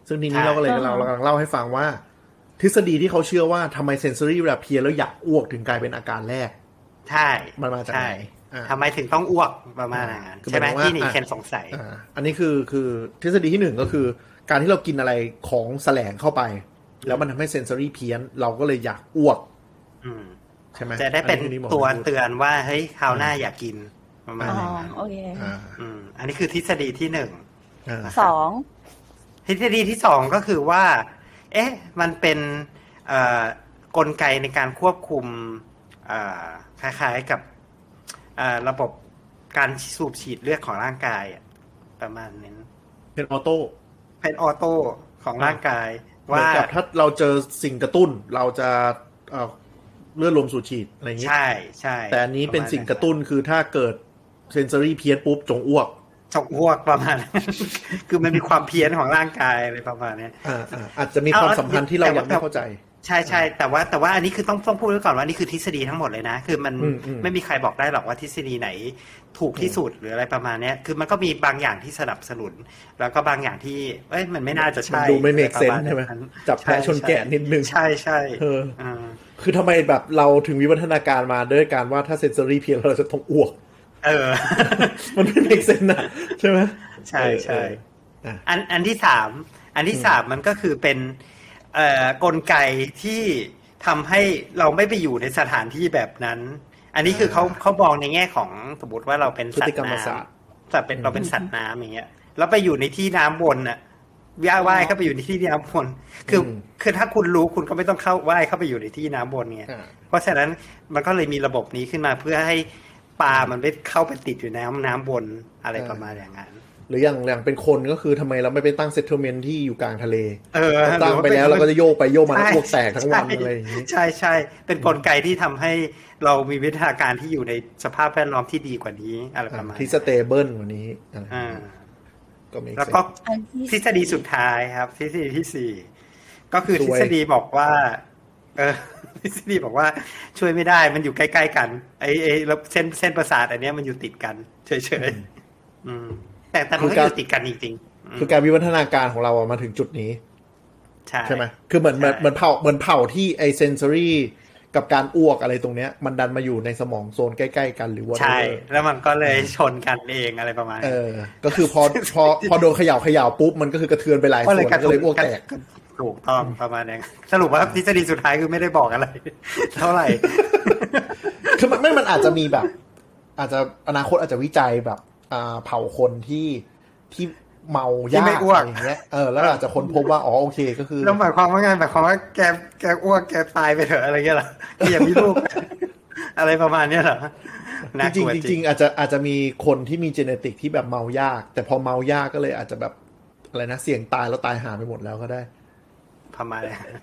ซึ่งทีนี้ ใช่ เราก็เลย อ่าฮะ เราเรากำลังเล่าให้ฟังว่า ทฤษฎีที่เขาเชื่อว่าทำไมเซนซอรี่เวลาเพี้ยนแล้วอยากอ้วกถึงกลายเป็นอาการแรก ใช่ มันมาจากไหน ใช่ อ่า ทำไมถึงต้องอ้วกประมาณอย่างนั้น คือ ใช่ไหม หมายถึงว่า ที่หนี อ่ะ เคนสงสัย อ่าอันนี้คือคือทฤษฎีที่หนึ่งก็คือ การที่เรากินอะไรของแสลงเข้าไป แล้วมันทำให้เซนซอรี่เพี้ยน เราก็เลยอยากอ้วก อืม ใช่ไหม จะได้เป็น อัคือหมอ ตัว พูด เตือนว่าเฮ้ยคราวหน้าอย่ากินประมาณ อ๋อ อย่างนั้น โอเค อ่า อืมอันนี้คือทฤษฎีที่หนึ่ง อ่า สอง ทฤษฎีที่สองก็คือว่า เอ๊ะ มันเป็นเอ่อ กลไกในการควบคุมเอ่อคล้ายๆกับเอ่อระบบการสูบฉีดเลือดของร่างกายอะประมาณนั้น เป็นออโต้ เป็นออโต้ของร่างกาย เหมือ ว่าน กับถ้าเราเจอสิ่งกระตุ้น เราจะเอ่อเลือดลมสูบฉีดอะไรอย่างนี้ย ใช่ใช่ แต่อันนี้เป็นสิ่งกประมาณ ตุ้นคือถ้าเกิดเซนเซอรี่เพี้ยนปุ๊บจงอ้วก จกอ้วกประมาณนั้น คือมันมีความเพี้ยนของร่างกายอะไรประมาณเนี้ย อ่าอ่าอาจจะมีความสัมพันธ์ที่เรายังไม่เข้าใจ ใช่ใช่แต่ว่าแต่ว่าอันนี้คือต้องต้องพูดไว้ก่อนว่านี่คือทฤษฎีทั้งหมดเลยนะ คือมัน อืมอืม ไม่มีใครบอกได้หรอกว่าทฤษฎีไหนถูกที่สุดหรืออะไรประมาณเนี้ยคือมันก็มีบางอย่างที่สนับสนุน แล้วก็บางอย่างที่เอ้ยมันไม่น่าจะ มั ใช่ นดูไม่ make อะรประาณ sense ใช่ไหม นั้น จับแพะชนแกะนิดนึง ใช่ใช่ เออ อ่า คือทำไมแบบเราถึงวิวัฒนาการมาด้วยการว่าถ้าเซนเซอรี่เพี้ยนเราจะต้องอ้วก เออ มันไม่ make sense นะใช่ไหม ใช่ใช่ เออเออ อันอันที่สามอันที่สามมันก็คือเป็นเอ่อกลไกที่ทำให้เราไม่ไปอยู่ในสถานที่แบบนั้น อันนี้คือเขา อ่า เขามองในแง่ของสมมติว่าเราเป็น พฤ สัต ติกร ว์ รมศา น้ำ สตร์ สัตว์เป็นเราเป็นสัตว์น้ำอย่างเงี้ยแล้วไปอยู่ในที่น้ำวนอ่ะว่ายว่ายเข้าไปอยู่ในที่น้ำวนคืออ ม คือถ้าคุณรู้คุณก็ไม่ต้องเข้าว่ายเข้าไปอยู่ในที่น้ำวนไง อ่า เพราะฉะนั้นมันก็เลยมีระบบนี้ขึ้นมาเพื่อให้ปลามันไม่เข้าไปติดอยู่ในน้ำน้ำวนอะไร อ่า ประมาณอย่างนั้น หรืออย่างอย่างเป็นคนก็คือทำไมเราไม่ไปตั้งเซตเทอร์เมนที่อยู่กลางทะเล เออ ตั้งไปแล้ว ห เรา อ ก็จะโยกไปโยกมา ใช่ พวกแตกทั้งวัน ใช่ อะไรอย่างนี้ ใช่ใช่เป็นกลไกที่ทำให้เรามีวิทยาการที่อยู่ในสภาพแวดล้อมที่ดีกว่านี้อะไรประมาณ ที่สเตเบิลกว่านี้อะไร อ่า ก็ไม่ แล้วก็ อันที่ ทฤษฎีสุดท้ายครับ ทฤษฎีที่สี่ก็คือท ซ ฤ วย ษฎีบอกว่า เอ อ ทฤษฎีบอกว่าช่วยไม่ได้มันอยู่ใกล้ๆกันไอ้ไอ้แล้วเส้นเส้นประสาทอันเนี้ยมันอยู่ติดกันเฉยๆอืม แต่แต่มันก็อยู่ติดกันจริงๆอืม คือการวิวัฒนาการของเราอะมาถึงจุดนี้ ใช่ ใช่ไหมคือเหมือนเหมือน ใช่ เหมือนเผาเหมือนเผาที่ไอเซนเซอรี่กับการอ้วกอะไรตรงเนี้ย มันดันมาอยู่ในสมองโซนใกล้ ๆ กันหรือว่า ใช่ แล้วมันก็เลยชนกันเองอะไรประมาณ เอ นั้น อ ก็คือพอพอพอโดนเขย่าเขย่าปุ๊บมันก็คือกระเทือนไปหลายส่วนก็เลยอ้วกแตก ถูกต้องประมาณนั้นสรุปว่าทฤษฎีสุดท้ายคือไม่ได้บอกอะไร เท่าไหร่ คือมันไม่มันอาจจะมีแบบ อาจจะอนาคตอาจจะวิจัยแบบอ่าเผ่าคนที่ที่เมา ที่ ยา ไม่ ก อ้วก อะไรอย่างเงี้ยเออแล้วอาจจะค้นพบว่าอ๋อโอเคก็คือ แล้วหมายความว่าไงหมายความว่าแกแกอ้วกแกตายไปเถอะอะไรเงี้ยเหรอแกอย่ามีลูก อะไรประมาณเนี้ยเหรอน่า จ ก ริ ลั ง ว ๆจริงๆอาจจะอาจจะมีคนที่มีเจเนติกที่แบบเมายาก แต่พอเมายากก็เลยอาจจะแบบอะไรนะเสี่ยงตายแล้วตายหาไปหมดแล้วก็ได้ ประมาณนั้น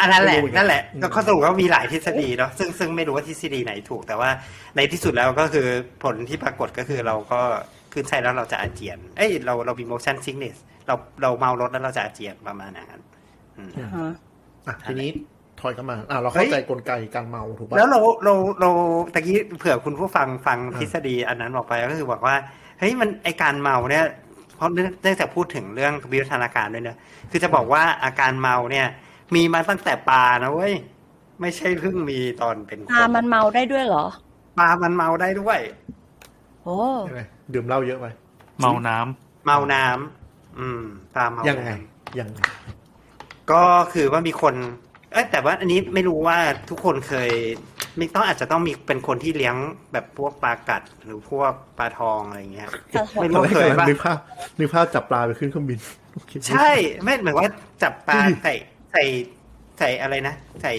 อันนั้นแหละ ไม่รู้เหมือนกัน นั่นแหละ อืม ก็ข้อสรุปว่ามีหลายทฤษฎีเนาะซึ่งซึ่งไม่รู้ว่าทฤษฎีไหนถูก แต่ว่าในที่สุดแล้วก็คือผลที่ปรากฏก็คือเราก็ขึ้นไส้แล้วเราจะอาเจียน เอ้ยเราเรามี motion sickness เราเราเมารถแล้วเราจะอาเจียนประมาณนั้นอืม ฮะ อ่ะทีนี้ถอยกลันมาอ่ะเราเข้าใจกลไกการเมาถูกป่ะ แล้วเราเราเราตะกี้เผื่อคุณผู้ฟังฟังทฤษฎีอันนั้นบอกไปก็คือบอกว่าเฮ้ยมันไอการเมาเนี่ยเพราะเนื่องเนื่องจากพูดถึงเรื่องวิวัฒนาการด้วยเนอะคือจะบอกว่าอาการเมาเนี่ย มีมาตั้งแต่ปลานะเว้ยไม่ใช่เพิ่งมีตอนเป็นค ปลามันเมาได้ด้วยเหรอ ปลามันเมาได้ด้วย โอ้ ใช่ไหมดื่มเหล้าเยอะไป เมาน้ำ เมาน้ำอืมปลาเมา ยังไง น้ำ ยังไง ก็คือว่ามีคน เอ้ยแต่ว่าอันนี้ไม่รู้ว่าทุกคนเคยไม่ต้องอาจจะต้องมีเป็นคนที่เลี้ยงแบบพวกปลากัดหรือพวกปลาทองอะไรอย่างเงี้ย ปลาทอง ไม่ ตอ รู้ นแรก เคย กำลัง ป่ะ นึกภาพนึกภาพจับปลาไปขึ้นเครื่องบินโอเค ใช่ไม่เหมือนว่าจับปลาใส่ใส่ใส่อะไรนะ ใส่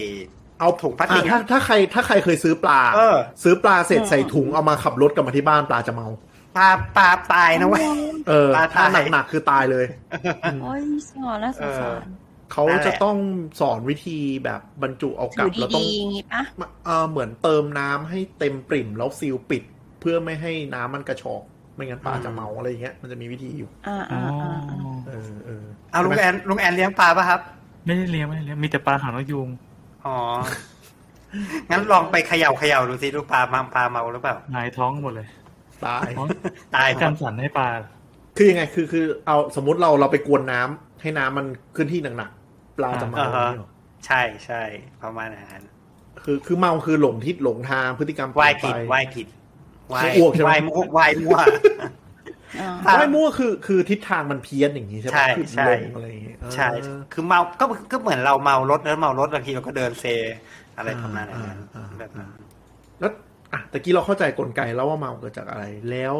เอา ถุงพลาสติก อ่ะถ้าถ้าใครถ้าใครเคยซื้อปลา เออ ซื้อปลาเสร็จใส่ถุงเอามาขับรถกลับมาที่บ้านปลาจะเมา ปลาปลาตายนะเว้ย เออ ปลาตาย ถ้าหนักๆคือตายเลย โอ้ยสงสารน่าสงสาร เขาจะต้องสอนวิธีแบบบรรจุเอา อก ลับ ยู่ แล้วต้อ ดี ง ๆอย่างงี้ปะ เอ่อเหมือนเติมน้ำให้เต็มปริ่มแล้วซีลปิด เพื่อไม่ให้น้ำมันกระชอก ไม่งั้นปลาจะเมาอะไรอย่างเงี้ยมันจะมีวิธีอยู่ อ่าอ่าอ่า เออเออ เอาลุง ใช่ไหม แอนลุงแอนเลี้ยงปลาป่ะครับ ไม่ได้เลี้ยงไม่ได้เลี้ยงมีแต่ปลาหางนกยูง อ๋องั้นลองไปเขย่าเขย่าดูสิลูกปลาเมาปลาเมาหรือเปล่า หงายท้องหมดเลย ตาย อ๋อ ตายหม การ ด สั่นให้ปลา คือยังไงคือคือเอาสมมติเราเราไปกวนน้ำให้น้ำมันขึ้นที่หนักๆปลาจะเมาอย่างนี้หรอ ใช่ใช่ประมาณนั้น คือคือเมาคือหลงทิศหลงทางพฤติกรรมเปลี่ ว่าย นไป ผิดว่ายผิดว่าย อ้วกใช่ไหม ว่ายมั่วว่ายมั่ว อ่า ตาม ว่ายมั่วคือคือทิศทางมันเพี้ยนอย่างนี้ใช่ไหม ใช่ ขึ้น ใช่ ลงอะไรอย่างเงี้ย ใช่ เออ คือเมา ก็ ก็เหมือนเราเมารถแล้วเมารถบางทีเราก็เดินเซ อะไรประมาณนั้น อ่าอ่าอ่า แบบนั้น แล้วอ่ะตะกี้เราเข้าใจกลไกแล้วว่าเมาเกิดจากอะไร แล้ว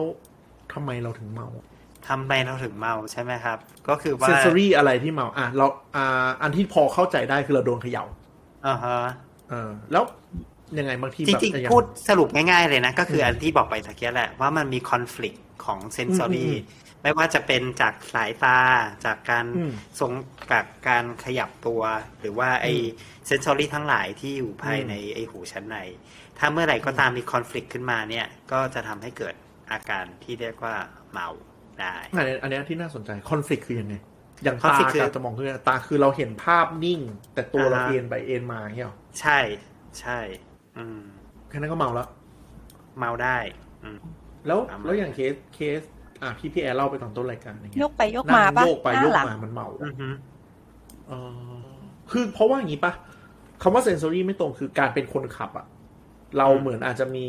ทำไมเราถึงเมา ทำไมเราถึงเมาใช่ไหมครับ ก็คือว่า เซนซอรี่อะไรที่เมา อ่ะ เรา อ่า อันที่พอเข้าใจได้คือเราโดนเขย่า อ่าฮะ เออแล้วยังไงบางที จ แบบ ริง อย่า ๆ พูดสรุปง่ายๆเลยนะ ก็คืออันที่บอกไปตะเกียแหละว่ามันมีคอน FLICT ของเซนซอ อื รี่ มอื ไม่ว่าจะเป็นจากสายตาจากการ อืม ทรงกับการขยับตัว หรือว่าไอ อื เซนซอรี่ทั้งหลายที่อยู่ภายในไอหูชั้นใน ถ้าเมื่อไหร่ก็ตามมีคอน FLICT ขึ้นมาเนี่ย ก็จะทำให้เกิดอาการที่เรียกว่าเมาได้ อันเนี้ยอันเนี้ยที่น่าสนใจคอนฟ lict คือยังไง อย่างตา conflict คือ กับสมองคือยังไงตาคือเราเห็นภาพนิ่ง แต่ตัวเรา อ่าฮะ เอ็นไปเอ็นมาเงี้ยหรอ ใช่ใช่ อืม แค่นั้นก็เมาแล้ว เมาได้ อืม แล้ว ครับ แล้วอย่างเคสเคส อ่ะพี่พี่แอร์เล่าไปตอนต้นรายการอย่าง ย เงี้ กไปยกมา นั่ ปะ งโยกไป หน้า โยก หลัง มามันเมา อือฮึ เออคือเพราะว่าอย่างงี้ปะคำว่าเซน s อรี่ไม่ตรงคือการเป็นคนขับอะเราเหมือนอาจจะมี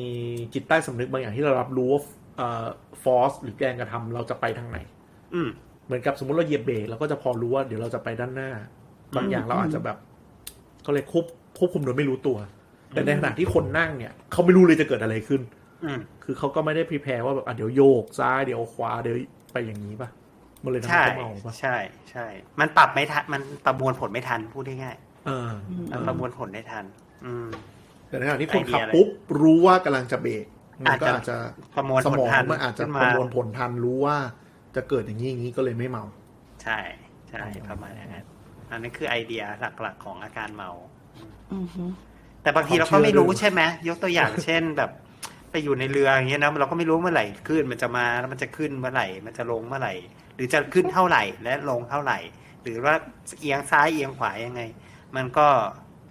จิตใต้สำนึกบางอย่างที่เรารับรู้ว่าเอ่อฟอร์สหรือแรงกระทำเราจะไปทางไหน อืม เหมือนกับสมมติเราเหยียบเบรกเราก็จะพอรู้ว่าเดี๋ยวเราจะไปด้านหน้า บางอย่างเราอาจจะแบบเขาเลยกควบควบคุมโดยไม่รู้ตัว แต่ในขณะที่คนนั่งเนี่ยเขาไม่รู้เลยจะเกิดอะไรขึ้น อืม คือเขาก็ไม่ได้พรีแพร์ว่าแบบอ่ะเดี๋ยวโยกซ้ายเดี๋ยวขวาเดี๋ยวไปอย่างนี้ป่ะมันเลยทำให้ ใช่ เขาเมาป่ะ ใช่ ใช่ มันปรับไม่ทัน มันประมวลผลไม่ทัน พูดง่าย เออ ๆ เอ มัน อ ประมวลผลไม่ทัน อืม แต่ในขณะที่คนขับ ไอเดียอะไร ปุ๊บรู้ว่ากำลังจะเบรกมันก็อา อา จ จ จะ จะ ประมวล ส ผล มอง ทัน มันอาจจะ ขึ้น ประมวลผลทันรู้ว่าจะเกิดอย่างนี้อย่างนี้ก็เลยไม่เมา ใช่ ใช่ ประมาณอย่างนั้น อันนี้คือไอเดียหลักๆของอาการเมา อือฮึ แต่บางที คเราวามก็ไม่รู้ เชื่อด้วย ใช่ไหมยกตัวอย่าง เช่นแบบ ไปอยู่ในเรืออย่างเงี้ยนะเราก็ไม่รู้เมื่อไหร่ขึ้นมันจะมาแล้วมันจะขึ้นเมื่อไหร่ มันจะลงเมื่อไหร่ หรือจะขึ้นเท่าไหร่และลงเท่าไหร่ หรือว่าเอียงซ้ายเอียงขวายังไง มันก็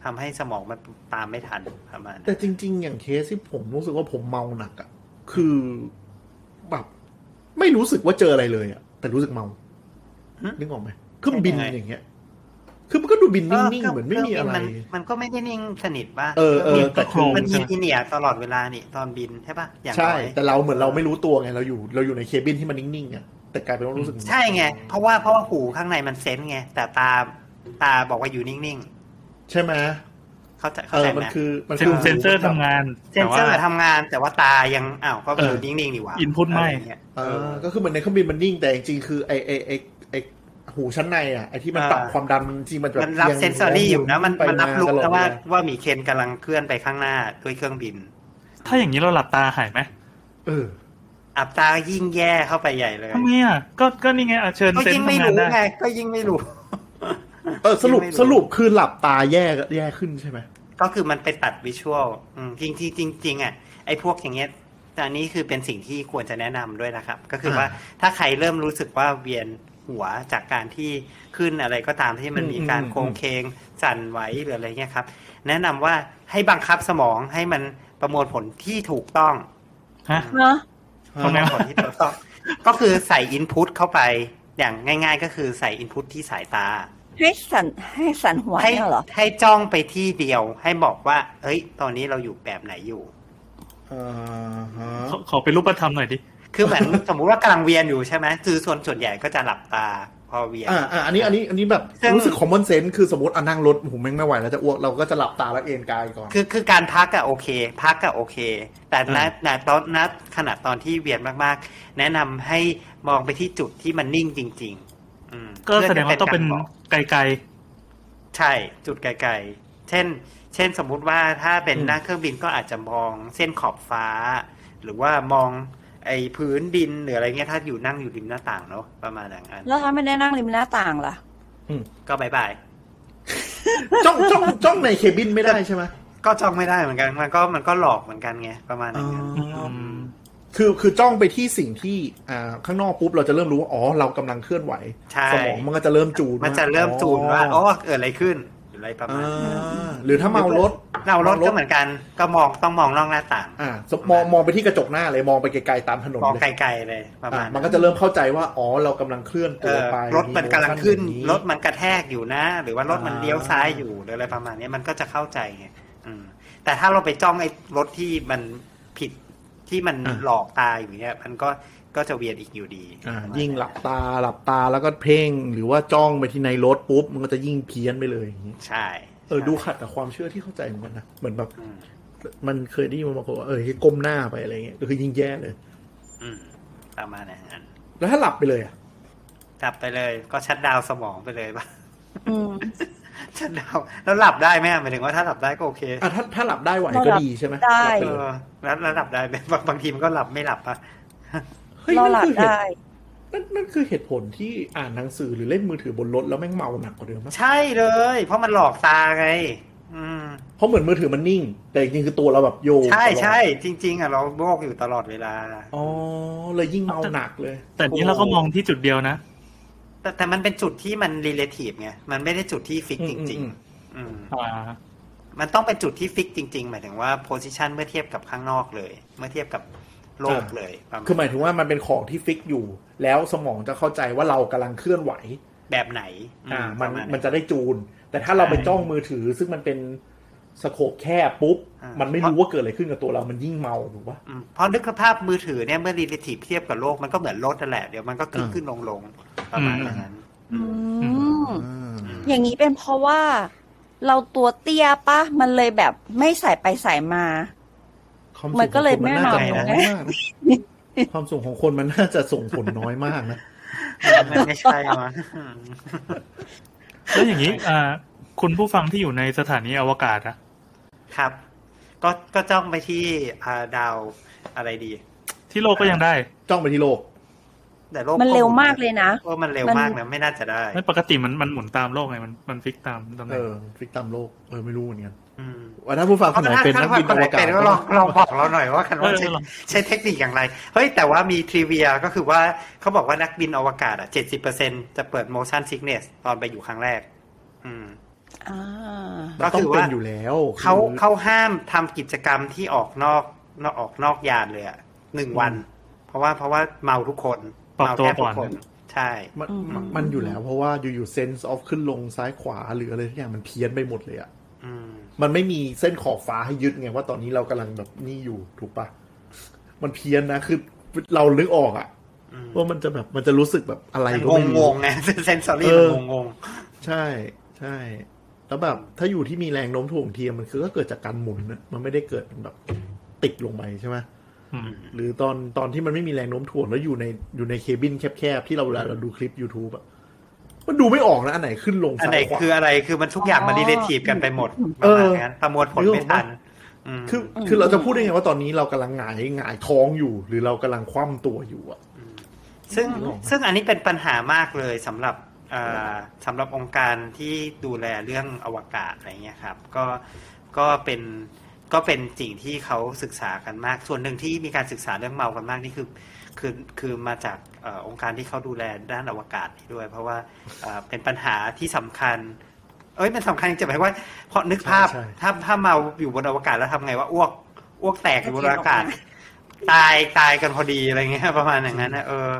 ทำให้สมองมันตามไม่ทันประมาณ แต่ นั้น จริง ๆ อย่างเคสที่ผมรู้สึกว่าผมเมาหนักอะคือแบบไม่รู้สึกว่าเจออะไรเลยอะแต่รู้สึกเมานึกออกไหมเครื่องบินอย่างเงี้ย คือมันก็ดูบินนิ่งๆเหมือนไม่มีอะไร นมันก็ไม่ได้นิ่งสนิทป่ะ เออเออแต่คือ มันมีอีเนียตลอดเวลานี่ตอนบินใช่ป่ะอย่าง ใช่ น้อย แต่เราเหมือนเราไม่รู้ตัวไง เราอยู่เราอยู่ในเคบินที่มันนิ่งๆอ่ะแต่กลายเป็นว่ารู้สึก ใช่ไง เพราะว่าเพราะว่าหูข้างในมันเซนส์ไงแต่ตาตาบอกว่าอยู่นิ่ง ใช่ไหม ๆเข้าใจ เอ เข้าใจ อ ไหม มันคือมัน เซ คื นเซนเซอร์ทำงาน เซ แต่ นเซ ว่า อร์ทำงานแต่ว่าตายังอ้าวก็ เออ อ อยู่ นิ่งๆดีกว่า อินพุตไม่ ะรย่างเงี้ย เอ เอ อ อ ก็คือเหมือนในเครื่องบินมันนิ่งแต่จริงๆคือไอไอไอไอหูชั้นในอ่ะไอที่มัน อ่า ปรับความดันมันจริงมันแบบ มันรับ ยัง เซนเซอรี่อยู่นะมัน ไป มันรับ า รู้ ตอด นะว่า เวล ว่าหมีเคนกำลังเคลื่อนไปข้างหน้าด้วยเครื่องบิน ถ้าอย่างนี้เราหลับตาหายไหม เออ อับตายิ่งแย่เข้าไปใหญ่เลย ทำไมอ่ะก็ก็นี่ไงอ่ะเชิญ ก็ เซน ยิ่ง ทำ ไม่ งาน รู้ ได้ ไงก็ยิ่งไม่รู้ เออสรุป ไม่รู้ สรุปคือหลับตาแย่แย่ขึ้นใช่ไหม ก็คือมันไปตัดวิชวลจริงจริงจริงจริงๆอ่ะไอ้พวกอย่างเงี้ยอันนี้คือเป็นสิ่งที่ควรจะแนะนำด้วยนะครับ ก็คือว่าถ้าใครเริ่มรู้สึกว่าเวียนหัวจากการที่ขึ้นอะไรก็ตามที่มันมีการโค้งเคงสั่นไหวหรืออะไรเงี้ยครับ แนะนำว่าให้บังคับสมองให้มันประมวลผลที่ถูกต้อง ฮะ เนอะ ป ทำ ระ ไง มวล วะ ผลที่ถู กต้อง ก็คือใส่อินพุตเข้าไปอย่างง่าย ๆ ก็คือใส่อินพุตที่สายตา ให้สันให้สันหัว ให้ เนี่ยเหรอ ให้จ้องไปที่เดียว ให้บอกว่า เอ้ย ตอนนี้เราอยู่แบบไหนอยู่ อ่าฮะ ขอขอเป็นรูปธรรมหน่อยดิ คือเหมือน สมมุติว่ากำลังเวียนอยู่ใช่ไหมคือส่วนส่วนใหญ่ก็จะหลับตาพอเวียน อ่าอ่าอันนี้อันนี้อันนี้แบบ ซึ่ง รู้สึกคอมมอนเซนส์คือสมมติอ่ะนั่งรถผมแม่งไม่ไหวแล้วจะอ้วกเราก็จะหลับตาแล้วเอนกายก่อน คือคือการพักอะโอเค พักอะโอเค แต่ณณตอนณขณะตอนที่เวียนมากๆ แนะนำให้มองไปที่จุดที่มันนิ่งจริง ๆ อืม ก็แสดงว่าต้องเป็น พื่จะกรบอก ไกล ใช่จุดไกลๆ เช่น เช่นสมมุติว่าถ้าเป็น อืม นั่งเครื่องบินก็อาจจะมองเส้นขอบฟ้า หรือว่ามองไอ้พื้นดินหรืออะไรเงี้ยถ้าอยู่นั่งอยู่ริมหน้าต่างเนาะประมาณอย่างนั้น แล้วถ้าไม่ได้นั่งริมหน้าต่างล่ะ ก็บายบาย จ้องจ้องจ้องในเคบินไม่ได้ใช่ไหม ก็จ้องไม่ได้เหมือนกันมันก็มันก็หลอกเหมือนกันไงประมาณอย่างนั้น อ๋อ อืม คือคือจ้องไปที่สิ่งที่อ่าข้างนอกปุ๊บเราจะเริ่มรู้ว่าอ๋อเรากำลังเคลื่อนไหว ใช่ สมองมันก็จะเริ่มจูน มันจะเริ่มจูนว่าอ๋อเกิดอะไรขึ้นหรืออะไรประมา อ่ ณนั้น าหรือถ้าเมารถ เรารถก็เหมือนกันก็มองต้องมองนอกหน้าต่าง อ่าสมมองมองไปที่กระจกหน้าเลยมองไปไกลๆตามถนน มอง เลย ไกลๆเลยประ อ่า มาณ มันก็จะเริ่มเข้าใจว่าอ๋อเรากำลังเคลื่อน เอ ตัว อ ไป รถมันกำลังขึ้น มีโมชั่อย่าง รถมันกระแทกอยู่นะ หรือว่ารถมัน อ่า เลี้ยวซ้ายอยู่หรืออะไรประมาณนี้มันก็จะเข้าใจไงอืม แต่ถ้าเราไปจ้องไอ้รถที่มันผิดที่มันหลอกตาอยู่เนี่ย มันก็ก็จะเวียนอีกอยู่ดี อ่ายิ่งหลับตาหลับตาแล้วก็เพ่งหรือว่าจ้องไปที่ในรถปุ๊บมันก็จะยิ่งเพี้ยนไปเลยอย่างนี้ ใช่ เออดูขัดกับความเชื่อที่เข้าใจเหมือนกันนะเหมือนแบบ อืม มันเคยได้ยินมาบางคนว่าเออให้ก้มหน้าไปอะไรเงี้ยก็คือยิ่งแย่เลย อืมประมาณนั้น แล้วถ้าหลับไปเลยอะ จับไปเลยก็ชัดดาวน์สมองไปเลยป่ะ อืม ฉันเดาแล้วหลับได้ไหมอะหมายถึงว่าถ้าหลับได้ก็โอเค อ่ะถ้าถ้าหลับได้ไหว เรา ก็ หลับ ดีใช่ไหม ได้ หลับ เอ ปเลย อแล้วแล้วหลับได้ไหมบางบางทีมันก็หลับไม่หลับปะ เฮ้ย เรา นั่น หลับ คือเหตุ ได้ นั่นนั่นคือเหตุผลที่อ่านหนังสือหรือเล่นมือถือบนรถแล้วแม่งเมาหนักกว่าเดิมมาก ใช่เลย เพราะมันหลอกตาไง อืม เพราะเหมือนมือถือมันนิ่ง แต่จริงๆคือตัวเราแบบโย ใช่ ตลอด ใช่จริง ๆอ่ะเราโบกอยู่ตลอดเวลา อ๋อเลยยิ่งเมาหนักเลย แต่นี้เราก็มองที่จุดเดียวนะ แต่แต่มันเป็นจุดที่มัน relative ไงมันไม่ได้จุดที่ฟิก อืม จริง อืม ๆ อืม อ่า มันต้องเป็นจุดที่ฟิกจริง ๆ หมายถึงว่า position เมื่อเทียบกับข้างนอกเลย เมื่อเทียบกับโลกเลยประณ คือหมายถึงว่ามันเป็นของที่ฟิกอยู่ แล้วสมองจะเข้าใจว่าเรากำลังเคลื่อนไหว แบบไหน อ่า อื มัน ประาณ มันจะได้จูน แต่ถ้าเราไป ใช่ จ้องมือถือ ซึ่งมันเป็นสโคปแคบปุ๊บ อ่ามั มันไม่รู้ว่าเกิดอะไรขึ้นกับตัวเรามันยิ่งเมาถูกปะ อืมเพราะนึกภาพมือถือเนี่ยเมื่อ relative เทียบกับโลกมันก็เหมือนรถนั่นแหละเดี๋ยวมันก็ขึ้น อ่า ขึ้นลงลงประมาณนั้น อืม อืม อย่างนี้เป็นเพราะว่าเราตัวเตี้ยปะมันเลยแบบไม่ใส่ไปใส่มา ความ มันก็เลยไม่ สูงของค เมา นนน่าจะน้อยมากนะความสูงของคนมันน่าจะส่งผลน้อยมากนะ มันไม่ใช่มั้ง แล้วอย่างนี้อ่าคุณผู้ฟังที่อยู่ในสถานีอวกาศอะ ครับ ก็ก็จ้องไปที่อ่าดาวอะไรดี ที่โลกก็ยังได้ จ้องไปที่โลก แต่โลก มันเร็วมากเลยนะ เออมันเร็วมากนะไม่น่าจะได้ ไม่ปกติมันมันหมุนตามโลกไงมันมันฟิกตามตำแห เอ น่ง อฟิกตามโลก เออ ไม่รู้เหมือนกัน อืม ว่าถ้าผู้ฟังค เอา นไหน ถ้า เป็น ท่า นัก นว่า บิน ค อน ไห วน กา เป็ ศ นก็ลองลองบอกเราหน่อยว่าคัน เอ ว่า อ ใช้ใช้เทคนิคอย่างไร เฮ้ย แต่ว่ามีทริเวียก็คือว่าเขาบอกว่านักบินอวกาศอ่ะเจ็ดสิบเปอร์เซ็นจะเปิด motion sickness ตอนไปอยู่ครั้งแรก อืม อ่า มันต้องก็เป็นคือว่า อยู่แล้ว เขา คือ เขาห้ามทำกิจกรรมที่ออกนอกนอกออกนอกยานเลยอะหนึ่งวัน อืม เพราะว่าเพราะว่าเมาทุกคน ปรับ เมา ตัว แทบทุ ก่อน กคน ใช่ มัน อืม มันอยู่แล้ว เพราะว่าอยู่ๆ sense of ขึ้นลงซ้ายขวาหรืออะไรทุกอย่างมันเพี้ยนไปหมดเลยอะ อืม มันไม่มีเส้นขอบฟ้าให้ยึดไงว่าตอนนี้เรากำลังแบบนี่อยู่ถูกปะมันเพี้ยนนะคือเราลึกออกอะ อืม ว่ามันจะแบบมันจะรู้สึกแบบอะไรก็ ง ไม่ งง รู้ งๆไง เซนซอรี่ เออ งงง ใช่ใช่แล้วแบบถ้าอยู่ที่มีแรงโน้มถ่วงเทียมมันคือก็เกิดจากการหมุนนะมันไม่ได้เกิดเป็นแบบติดลงไปใช่ไหม อืม หรือตอนตอนที่มันไม่มีแรงโน้มถ่วงแล้วอยู่ในอยู่ในเคบินแคบๆที่เราเวลาเราดูคลิป YouTube อะมันดูไม่ออกนะอันไหนขึ้นลง ๆอัน ซ้า ไหน ยขวา คืออะไรคือมันทุกอย่างมัน อ๋อ รีเลทีฟกันไปหมดป เอ ระ อ มาณนั้นประมวลผลไม่ทันม คือคือเราจะพูดได้ไงว่าตอนนี้เรากำลังหงายหงายท้องอยู่ หรือเรากำลังคว่ำตัวอยู่อะ ซึ่ง นึกออกไหม ซึ่งอันนี้เป็นปัญหามากเลยสำหรับเอ่อสำหรับองค์การที่ดูแลเรื่องอวกาศอะไรเงี้ยครับ ก็ก็เป็นก็เป็นสิ่งที่เขาศึกษากันมาก ส่วนหนึ่งที่มีการศึกษาเรื่องเมากันมากนี่คือคือคือมาจากเอ่อองค์การที่เขาดูแลด้านอวกาศนี่ด้วย เพราะว่าเอ่อเป็นปัญหาที่สำคัญ เอ้ยมันสำคัญจริงๆหมายความว่าพอนึกภาพ ใช่ใช่ ถ้าถ้าเมาอยู่บนอวกาศแล้วทำไงว่าอ้วกอ้วกแตกอยู่บนอวกาศ ตายตายกันพอดีอะไรเงี้ย ประมาณอย่างนั้นนะเออ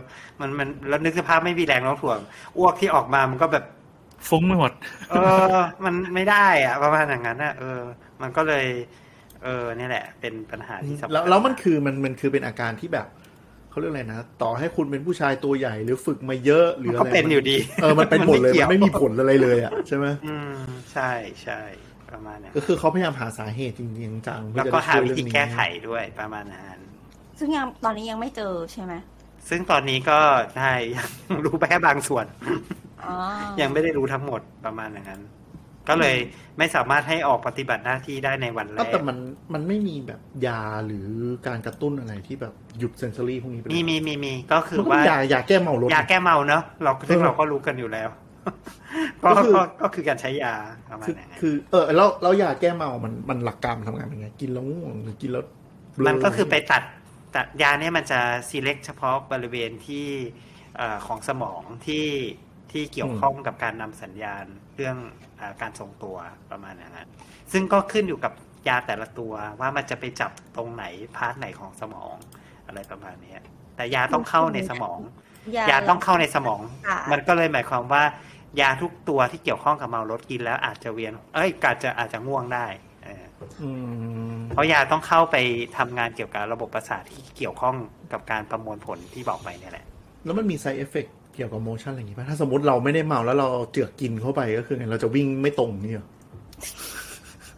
มันมันแล้วนึกสภาพไม่มีแรงโน้มถ่วงอ้วกที่ออกมามันก็แบบ ฟุ้งไปหมด เอ อ มันไม่ได้อะประมาณอย่างนั้นนะเออ มันก็เลย เออเนี่ยแหละ เป็นปัญหาที่สำคัญ แล้วแล้วมันคือมันมันคือเป็นอาการที่แบบเขาเรียกอะไรนะ ต่อให้คุณเป็นผู้ชายตัวใหญ่หรือฝึกมาเยอะหรืออะไร มันก็เป็นอยู่ดี เออมันเป็นหมดเลมันไม่ยเกี่ย มั ว นไม่มีผลอะไรเลยอ่ะใช่ไหม อืมใช่ใช่ประมาณนั้น ก็คือเขาพยายามหาสาเหตุจริงๆจังๆ แล้ว เพื่อจะ ก็ ได้ หา ช่ย วิ เรื่อง ธี นี้ แก้ไขด้วยประมาณนั้น ซึ่งยังตอนนี้ยังไม่เจอใช่ไหม ซึ่งตอนนี้ ก็ใช่ยังรู้ไปแค่บางส่วน อ๋อ ยังไม่ได้รู้ทั้งหมดประมาณอย่างนั้น ก็เลยไม่สามารถให้ออกปฏิบัติหน้าที่ได้ในวันแร เอ้าก แต่มันมันไม่มีแบบยาหรือการกระตุ้นอะไรที่แบบหยุดเซนเซอรี่พวกนี้ไปเลย มีมีมีมีก็คื มั อน ก็ ว่า เป็นยายาแก้เมารถ ยาแก้เมาเนอะเราซึ่ง เออ เราก็รู้กันอยู่แล้ว ก็ ก็คือ ก็ก็คือการใช้ยาประมาณ คือ นั้น คือเออแล้วแล้วยาแก้เมามันมันหลักการมันทำงานเป็นไงกินแล้วง่วงหรือกินแล้วเบล มันก็คือไปตัดตัดยาเนี่ยมันจะ select เฉพาะบริเวณที่เอ่อของสมองที่ที่เกี่ยวข้องกับการนำสัญญาณเรื่องอาการทรงตัวประมาณอย่างนั้นซึ่งก็ขึ้นอยู่กับยาแต่ละตัวว่ามันจะไปจับตรงไหนพาร์ทไหนของสมองอะไรประมาณเนี้ยแต่ยาต้องเข้าในสมอง ยาต้องเข้าในสมอง ค่ะ มันก็เลยหมายความว่า ยาทุกตัวที่เกี่ยวข้องกับเมารถกินแล้วอาจจะเวียน เอ้ยอาจจะอาจจะง่วงได้เออ อืม เพราะยาต้องเข้าไปทำงานเกี่ยวกับระบบประสาทที่เกี่ยวข้องกับการประมวลผลที่บอกไปเนี่ยแหละ แล้วมันมี side effect เกี่ยวกับ motion อะไรอย่างงี้ป่ะ ถ้าสมมติเราไม่ได้เมาแล้วเราเจือกกินเข้าไปก็คือไงเราจะวิ่งไม่ตรงเนี่ยเหรอ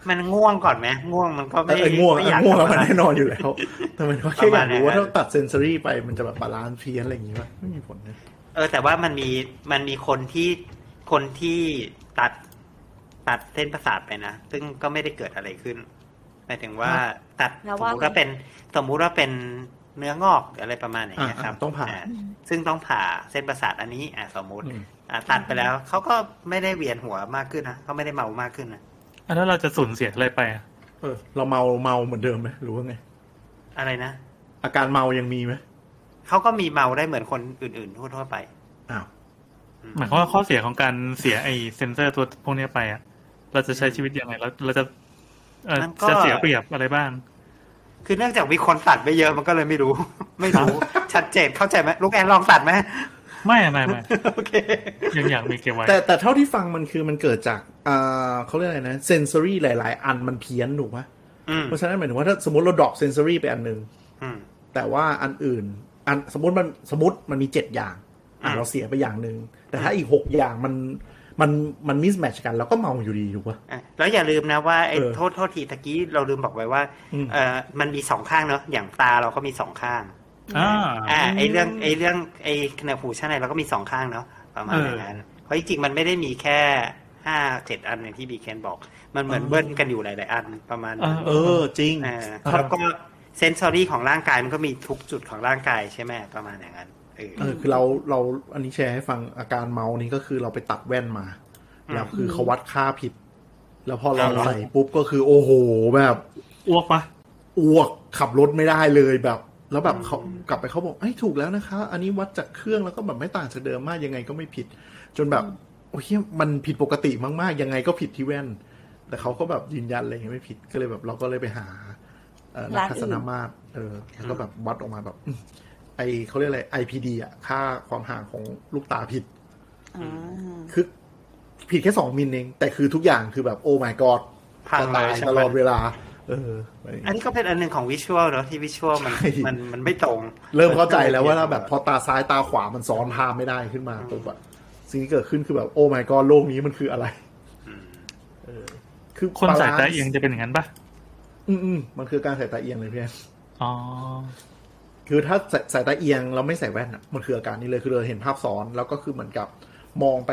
มันง่วงก่อนไหมง่วงมันก็ เอ ไม่ อไอ้ง่วง ไม่ ไอ้ อยาก ง่วงแล้ว ทำ มัน อะไร แน่นอนอยู่แล้ว แต่มันก็ปแค่ระ อ มาณ ยากรู้ว่า นั้น ถ้าตัดเซนเซอรี่ไปมันจะแบบบาลานซ์เพี้ยนอะไรอย่างงี้ป่ะไม่มีผลนะ เออแต่ว่ามันมีมันมีคนที่คนที่ตัด ตัดเส้นประสาทไปนะ ซึ่งก็ไม่ได้เกิดอะไรขึ้นหมายถึงว่าตัดส แล้ว ม ว่า มติว่าเป็นสมมุติว่าเป็นเนื้องอกหรืออะไรประมาณอย่างเงี้ยครับ อ่าอ่าต้องผ่า ซึ่งต้องผ่าเส้นประสาทอันนี้อ่ะสมมุติ อืม อ่ะตัดไปแล้วเขาก็ไม่ได้เวียนหัวมากขึ้นนะเขาไม่ได้เมามากขึ้นนะ อ่ะแล้วเราจะสูญเสียอะไรไปอ่ะ เออเราเมาเมาเหมือนเดิมไหมหรือว่าไง อะไรนะ อาการเมายังมีไหม เขาก็มีเมาได้เหมือนคนอื่นๆทั่วๆไป อ้าว อืม หมายความว่าข้อเสียของการเสียไอ้เซนเซอร์ตัวพวกเนี้ยไปอ่ะเราจะใช้ชีวิตยังไงเราเราจะเออ มันก็ จะเสียเปรียบอะไรบ้าง คือเนื่องจากมีคนตัดไปเยอะมันก็เลยไม่รู้ ไม่รู้ ชัดเจนเข้าใจไหมลูกแอนลองตัดไหม ไม่ไม่ไม่ โอเค ยังอยากมีเก็บไว้ แต่แต่เท่าที่ฟังมันคือมันเกิดจากอ่าเขาเรียกอะไรนะเซนเซอรี่หลาย ๆ อันมันเพี้ยนถูกไหม อืม เพราะฉะนั้นหมายถึงว่าถ้าสมมติเราดรอปเซนเซอรี่ไปอันหนึ่ง อืม แต่ว่าอันอื่น อันสมมติมันสมมติมันมีเจ็ดอย่างอ่ะ อืม เราเสียไปอย่างหนึ่งแต่ถ้าอีกหกอย่างมันมันมันมิสแมทชกันเราก็เมาอยู่ดีถูกปะ อ่ะแล้วอย่าลืมนะว่าไอ้ เออ โทษโทษทีตะกี้เราลืมบอกไว้ว่า อืม เออมันมีสองข้างเนาะอย่างตาเราก็มีสองข้าง อ่า อ่าไอ้เรื่องไอ้เรื่องไอ้เหนือหูชั้นในเราก็มีสองข้างเนาะประมาณ เออ นั้นเพราะจริงๆมันไม่ได้มีแค่ห้าเจ็ดอันอย่างที่บีเคนบอก มันเหมือนเบิ้ลกันอยู่หลาย ๆ อันประมาณนั้น เออจริง อ่าแล้วก็เซนซอรี่ของร่างกายมันก็มีทุกจุดของร่างกายใช่ไหมประมาณอย่างนั้นเออ เออคือเราเราอันนี้แชร์ให้ฟังอาการเมานี่ก็คือเราไปตัดแว่นมา อืม แล้วคือเขาวัดค่าผิด แล้วพอเรา เอาเหรอ ใส่ปุ๊บก็คือโอ้โหแบบ อ้วกปะ อ้วกขับรถไม่ได้เลยแบบ แล้วแบบเขากลับไปเขาบอกไอ้ยถูกแล้วนะคะ อันนี้วัดจากเครื่องแล้วก็แบบไม่ต่างจากเดิมมากยังไงก็ไม่ผิด จนแบบโอ้ยเหี้ยมันผิดปกติมากๆ ยังไงก็ผิดที่แว่น แต่เขาก็แบบยืนยันอะไรอย่างเงี้ยไม่ผิดก็เลยแบบเราก็เลยไปหาเอ่อนัก ร้านอื่น ทัศนมาตรเออแล้วก็แบบวัดออกมาแบบอืมไอเขาเรียกอะไร IPD อ่ะค่าความห่างของลูกตาผิด อ่า คือผิดแค่สองมิลเอง แต่คือทุกอย่างคือแบบโอ้ my god พัง จะ เล ตาย ย ใช่ ต ไหม ลอดเวลา เอออะไรอย่าง อัน เงี้ย นี้ก็เป็นอันหนึ่งของวิชวลเนาะที่วิชวลมัน ใช่ มันมันไม่ตรง เริ่มเข้าใจแล้วว่าถ้าแบบพอตาซ้ายตาขวามันซ้อนพาพไม่ได้ขึ้นมาปุ๊บอะสิ่งที่เกิดขึ้นคือแบบโอ้ my god โลกนี้มันคืออะไร อืม เออ คือ คนสายตา balance เอียงจะเป็นอย่างนั้นปะ อืมอืมมันคือการสายตาเอียงเลยพี่แอน อ๋อ คือถ้าสายสายตาเอียงเราไม่ใส่แว่นอะมันคืออาการนี้เลยคือเราเห็นภาพซ้อนแล้วก็คือเหมือนกับมองไป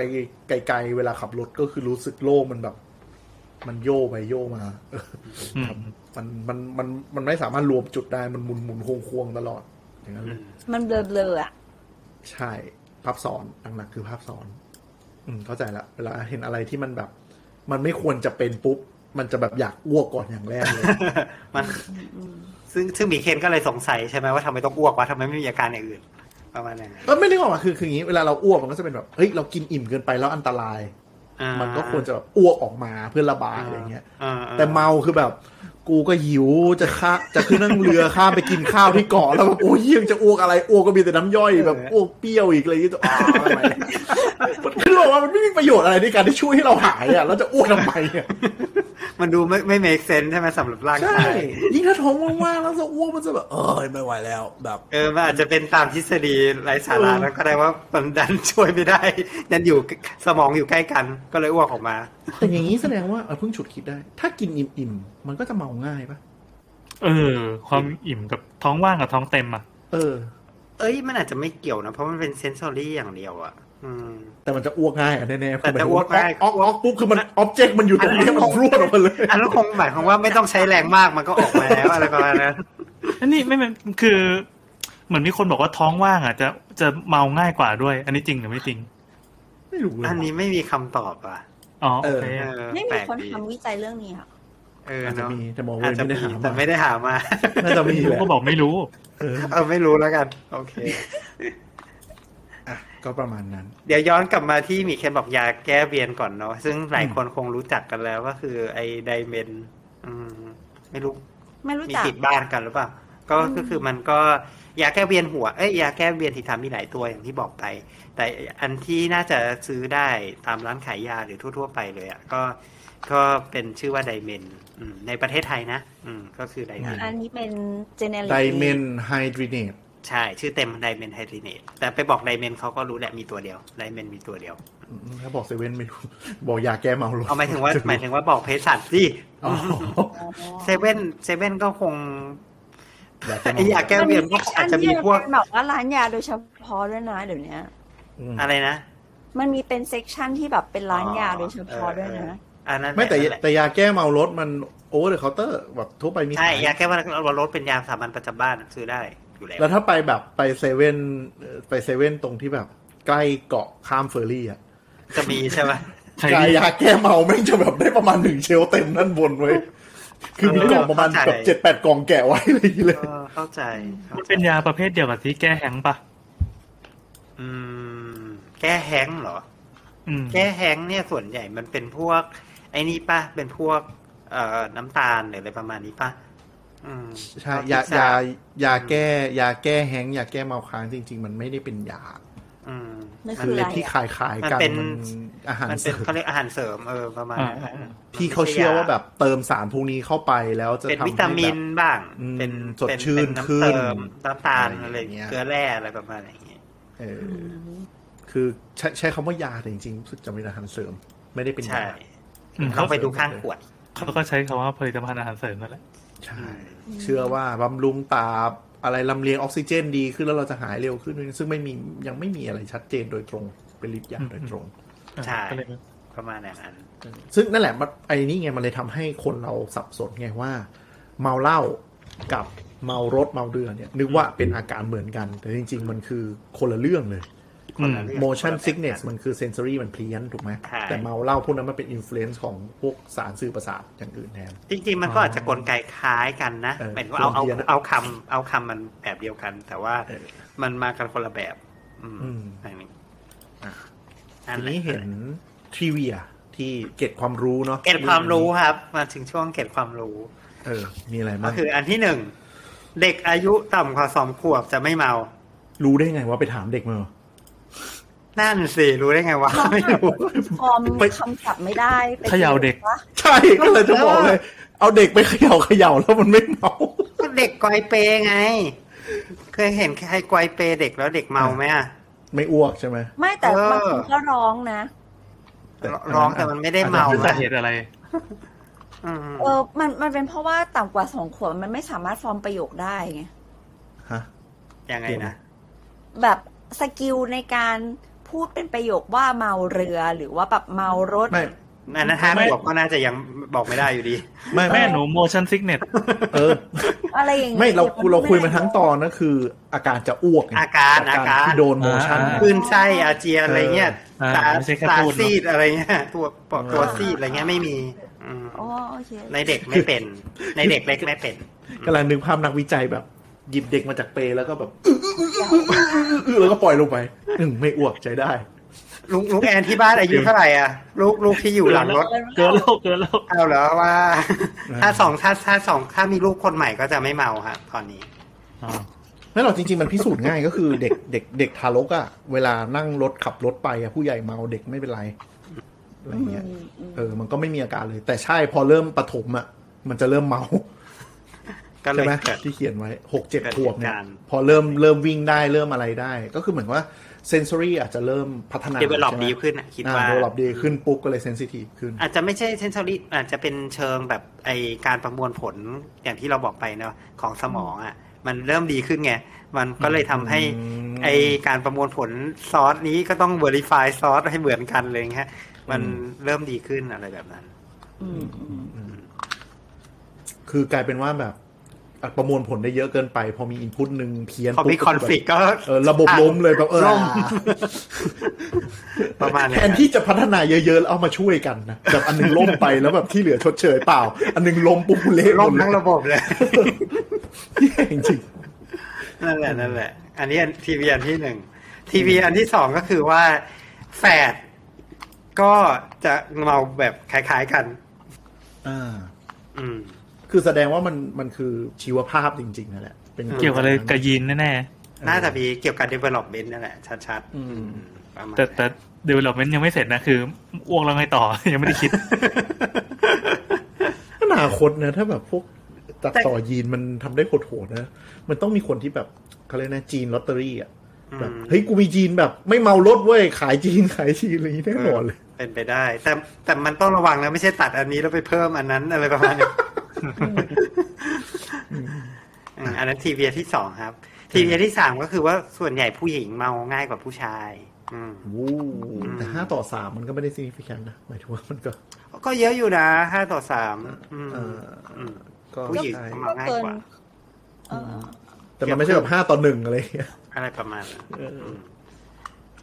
ไกลๆ เวลาขับรถก็คือรู้สึกโลกมันแบบ มันโยกไปโยกมาเออ อืม ครับมันมันมันมันไม่สามารถรวมจุดได้มันหมุนหมุนโค้งควงตลอด อย่างนั้น อื เลย ม มันเบลอๆอ่ะ ใช่ภาพซ้อนหนักๆคือภาพซ้อน อืมเข้าใจละเวลาเห็นอะไรที่มันแบบ มันไม่ควรจะเป็นปุ๊บมันจะแบบอยากอ้วกก่อนอย่างแรกเลย มันซึ่งซึ่งหมีเคนก็เลยสงสัยใช่ไหมว่าทำไมต้องอ้วกวะทำไมไม่มีอาการอย่างอื่น ประมาณอย่างนั้น แล้วไม่นึกออกมาคือคืออย่างนี้เวลาเราอ้วกมันก็จะเป็นแบบเฮ้ยเรากินอิ่มเกินไปแล้วอันตราย อ่า มันก็ควรจะแบบอ้วกออกมาเพื่อระบายอะไรเงี้ย อ่ แต่เมาคือแบบ กูก็หิวจะข้าจะขึ้นนั่งเรือข้ามไปกินข้าวที่เกาะแล้วแบบโอ้ยเหี้ยยังจะอ้วกอะไรอ้วกก็มีแต่น้ำย่อยแบบอ้วกเปรี้ยวอีกอะไรอย่างเงี้ยจะอ้าวทำไม มันคือแบบว่ามันไม่มีประโยชน์อะไรในการที่ช่วยให้เราหายอ่ะแล้วจะอ้วกทำไมอ่ะ มันดูไม่ไม่ make sense ใช่ไหมสำหรับร่าง ใช่ กาย ยิ่งถ้าท้องว่างๆแล้วจะอ้วกมันจะแบบเออไม่ไหวแล้วแบบ เออมันอาจจะเป็นตามทฤษฎีไร้สาระ เออ แล้วก็ได้ว่ามันดันช่วยไม่ได้ ดันอยู่สมองอยู่ใกล้กันก็เลยอ้วกออกมา แต่อย่างนี้แสดงว่าเออเพิ่งฉุดคิดได้ ถ้ากินอิ่มๆมันก็จะเมาง่ายปะ เออ ความอิ่มกับท้องว่างกับท้องเต็มอ่ะ เออ เอ้ยมันอาจจะไม่เกี่ยวนะ เพราะมันเป็นเซนซอรี่อย่างเดียวอะอืม แต่มันจะอ้วกง่ายอะแน่ๆ แต่จะอ้วกง่าย ออกออกปุ๊บคือมันออบเจกต์มันอยู่ตรงนี้มันพรวดออกมาเลย อันนั้นคงหมายความว่าไม่ต้องใช้แรงมากมันก็ออกมาแล้วอะไรประมาณ นั้น อันนี้ไม่เป็นคือ เหมือนมีคนบอกว่าท้องว่างอ่ะจะจะเมาง่ายกว่าด้วย อันนี้จริงหรือไม่จริง ไม่รู้เลย อันนี้ไม่มีคำตอบอ่ะ อ๋อโอเค เออ ไม่ แป มี ลก คน ดี ทำวิจัยเรื่องนี้ค่ะ เออ อาจจะ เนาะ มีแต่หมอเว อาจ ร จะ ไม่ได้ มี หา แต่ มา ไม่ได้หามา น่าจะมีแหละ ก็บอกไม่รู้ เออ เออไม่รู้แล้วกัน โอเค อ่ะก็ประมาณนั้น เดี๋ยวย้อนกลับมาที่หมีเคนบอกยาแก้เวียนก่อนเนาะซึ่งหลายคนคงรู้จักกันแล้วก็คือไอ้ไดเมนอืมไม่รู้ ไม่รู้ มี จัก ติดบ้านกันหรือเปล่า ก็ อืม ก็คือมันก็ยาแก้เวียนหัว เอ้ยยาแก้เวียนศีรษะมีหลายตัวอย่างที่บอกไป แต่อันที่น่าจะซื้อได้ตามร้านขายยาหรือทั่ว ๆ ไปเลยอ่ะก็ก็เป็นชื่อว่าไดเมนอืมในประเทศไทยนะ อืมก็คือไดเมน อันนี้เป็นเจเนริก ไดเมนไฮดรเนต ใช่ ชื่อเต็มไดเมนไฮดรเนตแต่ไปบอกไดเมนเขาก็รู้แหละมีตัวเดียวไดเมนมีตัวเดียว ถ้าบอกเซเว่นไม่รู้ บอกยาแก้เมาลด เอาหมายถึงว่าหมายถึงว่าบอกเภสัชสิ อ๋อ อ๋อ เซเว่นเซเว่นก็คง ยาแก้เมา ไอ้ยาแก้เวียนก็อาจจะมีพวก นเป็นแบบว่าร้านยาโดยเฉพาะด้วยนะเดี๋ยวนี้ อืม อะไรนะ มันมีเป็นเซกชันที่แบบเป็นร้านยาโดยเฉพาะด้วยนะ อันนั้นหละ ไม่แต่ นั่นแหละ แต่ยาแก้เมารถมันโอเวอร์เดอะเคาน์เตอร์แบบทั่วไปมี ใช่ ขาย ยาแก้ว่ารถเป็นยาสามัญประจำบ้านซื้อได้อยู่แล้ว แล้วถ้าไปแบบไปเซเว่นเอ่อไปเซเว่นตรงที่แบบ ใกล้เกาะข้ามเฟอร์รี่อ่ะ จะมีใช่ไหม ใคร กาย ที่ ยาแก้เมาแม่งจะแบบได้ประมาณหนึ่งเชลฟ์เต็มด้านบนเว้ยคือมีกล่องประมาณแบบเจ็ดแปดกล่องแกะไว้อะไรอย่างเงี้ยเลย เออเข้าใจข้า มัน ใจ เป็นยาประเภทเดียวกับที่แก้แฮงก์ปะ อืมแก้แห้งก์เหรอ อืม แก้แห้งก์เนี่ยส่วนใหญ่มันเป็นพวก ไอ้นี่ปะเป็นพวก เอ่อน้ำตาลหรืออะไรประมาณนี้ปะอืม ใช่ เท่ที่ ยา ทร ยา บ ยาแก้ยาแก้แห้งก์ยาแก้เมาค้างจริง ๆ มันไม่ได้เป็นยา อืม นั่น มั คื น อ เป็ อะ น ไร ที่ อะ ขายขายๆ มั กัน นเป็น มันอาหาร มัน เส เป็ ริ น ม เขาเรียกอาหารเสริมเออประมาณนั้นนะ ที่เขาเชื่อว่าแบบเติมสารพวกนี้เข้าไปแล้วจะ เป็น ทำให้ วิตามิน แบบ บ้าง อืม เป็น สดชื่น เป็ำ ขึ้น เติมน้ำตาล อะ อะไร ไร อย่างเงี้ย เกลือแร่อะไรประมาณอย่างเงี้ย เออ อืม คือใช้ใช้คำว่ายาแต่จริงๆรู้สึกจะเป็นอาหารเสริม ไม่ได้เป็น ใช่ ยา อืม ต้ เขา องไปดูข้างขวด เขาก็ใช้คำว่าผลิตภัณฑ์อาหารเสริมนั่นแหละ ใช่เชื่อว่าบำรุงตาอะไรลำเลียงออกซิเจนดีขึ้นแล้วเราจะหายเร็วขึ้น ซึ่งไม่มียังไม่มีอะไรชัดเจนโดยตรงเป็นฤทธิ์ยา อืม โดยตรง ใช่ ก็เลย ประมาณอย่างนั้น ซึ่งนั่นแหละมันไอ้นี่ไงมันเลยทำให้คนเราสับสนไงว่า เมาเหล้ากับเมารถเมาเรือเนี่ย นึกว่าเป็นอาการเหมือนกัน แต่จริง ๆ มันคือคนละเรื่องเลย อืม เรื่อง motion คนละแบบ sickness มันคือ sensory มันเพลียนถูกไหม ใช่ แต่เมาเหล้าพวกนั้นมันเป็น influence ของพวกสารสื่อประสาทอย่างอื่นแทน จริงๆมันก็อาจจะกลไกคล้ายกันนะ เออ หมายถึงว่าเอาเอา คนละเพี้ยนอะ เอาคำเอาคำมันแบบเดียวกัน แต่ว่า เออ มันมากันคนละแบบ อืม อืม อย่างนี้ ทีนี้เห็นทริเวียที่เก็บความรู้เนาะ เก็บความรู้ครับ มาถึงช่วงเก็บความรู้ เออ มีอะไร ก็ บ้าง คืออันที่หนึ่ง เด็กอายุต่ำกว่าสองขวบจะไม่เมา รู้ได้ไงว่าไปถามเด็กมาเหรอ นั่นสิรู้ได้ไงวะไม่รู้ ฟอร์ม ไป คำศัพท์ไม่ได้ไป เขย่าเด็ก วะ ใช่ก็เลยจะบอกเลย เอาเด็กไปเขย่าเขย่าแล้วมันไม่เมา ก็เด็กกอยเปไง เคยเห็นใครกอยเปเด็กแล้วเด็กเมาไหมอะ ไม่อ้วกใช่ไหม ไม่แต่ เออ บางคนก็ร้องนะ แต่ ร้องแต่มันไม่ได้เมา คือสา อ่ะ เหตุอะไร อืม เออ มันมันเป็นเพราะว่าต่ำกว่าสองขวบมันไม่สามารถฟอร์มประโยคได้ไง ฮะ ยังไงนะ แบบสกิลในการพูดเป็นประโยคว่าเมาเรือหรือว่าแบบเมารถ ไม่ อันนั้นห้า ไม่ ขวบก็น่าจะยังบอกไม่ได้อยู่ดี ไม่ แม่ ไม่ หนู motion sickness เออ อะไรอย่าง ไม่เรา น เราคุยมา ไได้ ทั้งตอนนะคือ อาการจะอ้วกไง อาการ อา อา กาการร ที่โดนโมชั่น อ่า คลื่นไส้อาเจียนอะไรเงี้ย อ่า ตา ไม่ใช่แค่ ตา พูดเนอะ ซีดอะไรเงี้ยตัวปอกตัวซีดอะไรเงี้ยไม่มีอืม อ๋อโอเค ในเด็กไม่เป็น ในเด็กเล็กไม่เป็น กำลังนึกภาพนักวิจัยแบบ หยิบเด็กมาจากเปรย์แล้วก็ แบบอื้ออื้อแล้วก็ปล่อยลงไปอืมไม่อ้วกใจได้ ลุงลุงแอนที่บ้านอายุเท่าไหร่อ่ะ ลูกลูกที่อยู่หลังรถ เกินแล้วเกินแล้ว เอาเหรอว่า อืม ถ้าสองถ้าถ้าสองถ้ามีลูกคนใหม่ก็จะไม่เมาครับตอนนี้ ไม่หรอกจริง ๆ มันพิสูจน์ง่ายก็คือ เด็กเด็กเด็กทารกอะเวลานั่งรถขับรถไปอะผู้ใหญ่เมาเด็กไม่เป็นไรอะไรเงี้ย อืมอืม เออ มันก็ไม่มีอาการเลย แต่ใช่พอเริ่มปฐมอะมันจะเริ่มเมา ก็เล ใช่ ย ไหม เกิด ที่เขียนไว้หกเจ็ด เกิด ขวบเหตุเนี่ยการณ์ พอเริ่มเริ่มวิ่งได้เริ่มอะไรได้ ก็คือเหมือนว่าเซนซอรี่อาจจะเริ่มพัฒนา เดเวลอป ใช่ไหม ดีขึ้นอ่ะคิด อ่า ว่า เดเวลอปดีขึ้นปุ๊บก็เลยเซนซิทีฟขึ้น อาจจะไม่ใช่เซนซอรี่อาจจะเป็นเชิงแบบไอการประมวลผลอย่างที่เราบอกไปเนาะของสมองอะ่ะ มันเริ่มดีขึ้นไง มันก็เลยทำให้ อืม ไอการประมวลผลซอสนี้ก็ต้อง verify ซอสให้เหมือนกันเลยฮะมัน อืม เริ่มดีขึ้นอะไรแบบนั้น อืมอืม คือกลายเป็นว่าแบบอ่ะประมวลผลได้เยอะเกินไป พอมีอินพุตหนึ่งเพี้ยน พอมี ปุ๊บ คอนฟ lict ก็ เออระบบล้มเลยแบบเออ ล่ม ประมาณอย่าง แท นั้น น ที่จะพัฒนาเยอะๆแล้วเอามาช่วยกันนะแบบอันหนึงล้มไปแล้วแบบที่เหลือชดเชยเปล่า อันหนึงล้มปุ๊บเละหมด ล่มทั้งระบบเลย จริง นั่นแหละนั่นแหละ อันนี้ทีวีอันที่หนึ่งทีวีอันที่สองก็คือว่าแฝดก็จะเมาแบบคล้าย ๆกัน ๆอ่า อืม คือแสดงว่ามันมันคือชีวภาพจริง ๆนั่นแหละป็น เกี่ยวกับอะไรกับยีนแน่ น่าจะมีเกี่ยวกับ development นั่นแหละ ชัด อืม ๆประมา ๆ ณ แต่แต่ development ยังไม่เสร็จนะคืออ้วกแล้วไงต่อ ยังไม่ได้คิด อนาคตนะถ้าแบบพวกตัดต่อยีนมันทำได้โหดๆนะ มันต้องมีคนที่แบบเขาเรียกนะจีนลอตเตอรี่อ่ะ อืม แบบเฮ้ยกูมีจีนแบบ ไม่เมารถเว้ยขายจีน ขายจีนอะไรอย่างนี้แน่นอนเลย เป็นไปได้ แต่แต่มันต้องระวังนะ ไม่ใช่ตัดอันนี้แล้วไปเพิ่มอันนั้นอะไรประมาณนี้อืมอันนั้นทีวีที่สองครับ ทีมอย่างที่สามก็คือว่าส่วนใหญ่ผู้หญิงเมาง่ายกว่าผู้ชาย อืม วู้แต่ห้าต่อสามมันก็ไม่ได้ significant นะหมายถึงว่ามันก็ ก็เยอะอยู่นะห้าต่อสามอืม เออ อืม ก็ ผู้หญิง ใช่ ก็เมาง่ายกว่า เออ แต่มันไม่ใช่แบบห้าต่อหนึ่งอะไรอย่างเงี้ย อะไรประมาณนั้น เอออื ม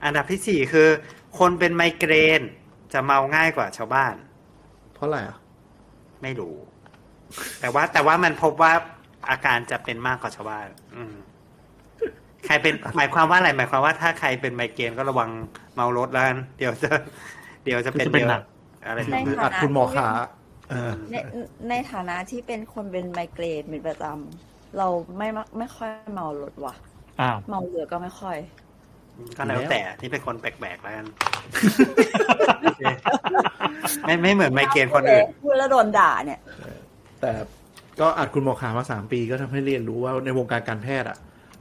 อันดับที่สี่คือ คนเป็นไมเกรน จะเมาง่ายกว่าชาวบ้าน เพราะอะไรอ่ะ ไม่รู้ แต่ว่าแต่ว่ามันพบว่าอาการจะเป็นมากกว่าชาวบ้าน อืม ใครเป็น หมายความว่าอะไร หมายความว่าถ้าใครเป็นไมเกรนก็ระวังเมารถแล้วกันเดี๋ยวจะ เดี๋ยวจะเป็น จะเป็นหนัก เดี๋ยวอะไร ได้ อัดคุณหมอขาเออ ในในฐานะที่เป็นคนเป็นไมเกรนเป็นประจำเราไม่มักไม่ค่อยเมารถว่ะ อ้าว เมาเรือก็ไม่ค่อย ก็แล้วแต่นี่เป็นคนแปลกๆแล้วกัน ไม่ไม่เหมือนไมเกรนคนอื่น พูดแล้วโดนด่าเนี่ย แต่ก็อัดคุณหมอขามาสามปีก็ทำให้เรียนรู้ว่าในวงการการแพทย์อ่ะ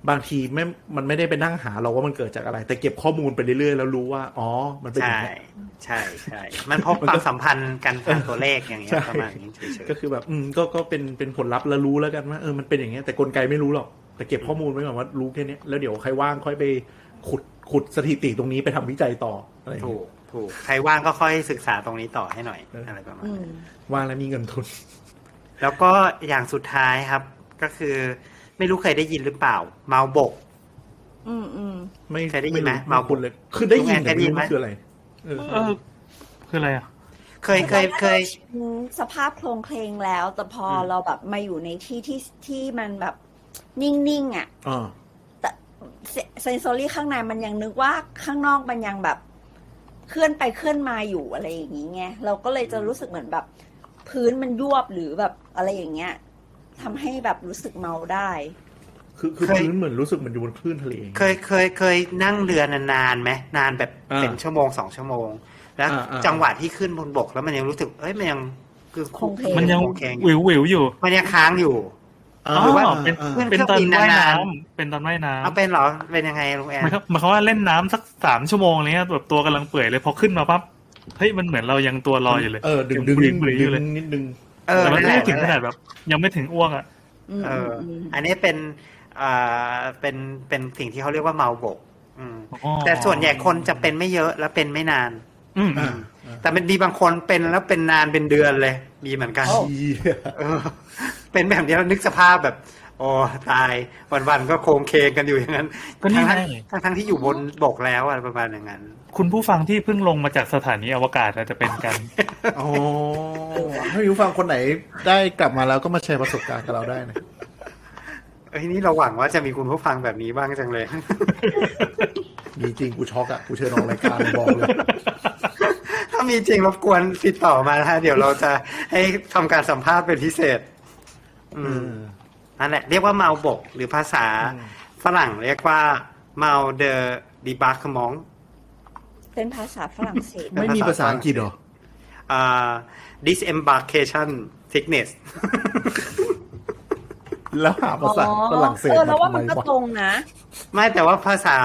บางทีไม่มันไม่ได้ไปนั่งหาเราว่ามันเกิดจากอะไร แต่เก็บข้อมูลไปเรื่อยๆ แล้วรู้ว่า อ๋อ มันเป็นอย่า ใช่ งเงี้ย ใช่ใช่ มันพบความสัมพันธ์กันทางตัวเลขอย่างเงี้ย ใช่ ประมาณนี้เฉย ก็คือแบบ อืมก็ก็เป็นเป็นผลลัพธ์แล้วรู้แล้วกันว่าเออมันเป็นอย่างเงี้ยแต่กลไกไม่รู้หรอก แต่เก็บข้อมูลไว้ก่อนว่ารู้แค่เนี้ยแล้วเดี๋ยวใครว่างค่อยไปขุดขุดสถิติตรงนี้ไปทำวิจัยต่ออะไรอๆย่าง ถู เงี้ย กถูก ใครว่างก็ค่อยศึกษาตรงนี้ต่อให้หน่อยอะไรประมาณ อื นั้น ม ว่างแล้วมีเงินทุน แล้วก็อย่างสุดท้ายครับ ก็คือไม่รู้เคยได้ยินหรือเปล่า เมาบก อืมอืม ไม่ เคยได้ยินไหม รู้ เมา คุณเลย คือได้ยินเคแต่ไม่ยได้ยิน รู้ ไหม มันคืออะไรเออ เออคืออะไรอ่ะ เคยเคยเคย อืมสภาพโครงเคลงแล้ว แต่พออ ม เราแบบมาอยู่ในที่ที่ที่มันแบบนิ่งๆอ่ะ อ่า เซนซอรี่ข้างในมันยังนึกว่าข้างนอกมันยังแบบ เคลื่อนไปเคลื่อนมาอยู่อะไรอย่างนี้ไงเราก็เลยจะรู้สึกเหมือนแบบ พื้นมันยวบหรือแบบอะไรอย่างเงี้ยทำให้แบบรู้สึกเมาได้ คือคือ เคย พื้นเหมือนรู้สึกเหมือนอยู่บนคลื่นทะเล เคยเคยเคยนั่งเรือนานๆไหมนานแบบ อ่า เป็นชั่วโมงสองชั่วโมง แล้ว อ่าอ่า จังหวะที่ขึ้นบนบกแล้วมันยังรู้สึกเอ้ยมันยังคือ คงเพลง มันยัง คงเพลงอ วิ ยู่ ววิวอยู่ มันยังค้างอยู่ อ๋อ หรือว่า เป็น อ่า ขึ้น เป็นตอน เครื่องบิน ว่ายน้ นาน ำเป็นตอนว่ายน้ำ เอาเป็นเหรอเป็นยังไงลุงแอน หมายความหมายความว่าเล่นน้ำสักสามชั่วโมงอะไรเงี้ยแบบตัวกำลังเปื่อยเลยพอขึ้นมาปั๊บเฮ้ยมันเหมือนเรายังตัวลอยอยู่เลย เออดึง ยัง ดึง บุรี ดึง บุรีอยู่เลย นิดนึง เออ แต่มัน นั่นแห ไม่ ละ ถึง นั่ ข นแห นา ละ ดแบบ ยังไม่ถึงอ้วกอ่ะ อืม เอออ อืม อันนี้เป็นอ่าเป็น เป็นสิ่งที่เขาเรียกว่าเมาบก อืม อ๋อ แต่ส่วนใหญ่คนจะเป็นไม่เยอะและเป็นไม่นาน อืม อ่า แต่มันมีบางคนเป็นแล้วเป็นนานเป็นเดือนเลย มีเหมือนกัน เหี้ย เออเป็นแบบนี้แล้วนึกสภาพแบบโอ้ตายวันๆก็โครงเคงกันอยู่อย่างนั้น ก็นี่ไง ทั้งๆทั้งๆที่อยู่บนบกแล้วอะไรประมาณอย่างนั้น คุณผู้ฟังที่เพิ่งลงมาจากสถานีอวกาศอาจจะเป็นกัน อ๋อถ้าอยู่ฟังคนไหนได้กลับมาแล้วก็มาแชร์ประสบการณ์กับเราได้นะ เอ้ยนี่เราหวังว่าจะมีคุณผู้ฟังแบบนี้บ้างจังเลย มีจริงกูช็อกอ่ะ กูเชิญออกรายการเลยบอกเลย ถ้ามีจริงรบกวนติดต่อมานะฮะเดี๋ยวเราจะให้ทำการสัมภาษณ์เป็นพิเศษ อืม นั่นแหละเรียกว่าเมาบก หรือภาษา อืม ฝรั่งเรียกว่าเมาเดอดิบาร์คมอง เป็นภาษาฝรั่งเศส ไม่มีภาษาอังกฤษเหรอ อ่า disembarkation sickness แล้วหาภาษาฝรั่งเศส เออ มา แล้วว่า ทำ มัน ไม ก็ วะ ตรงนะ ไม่แต่ว่าภาษา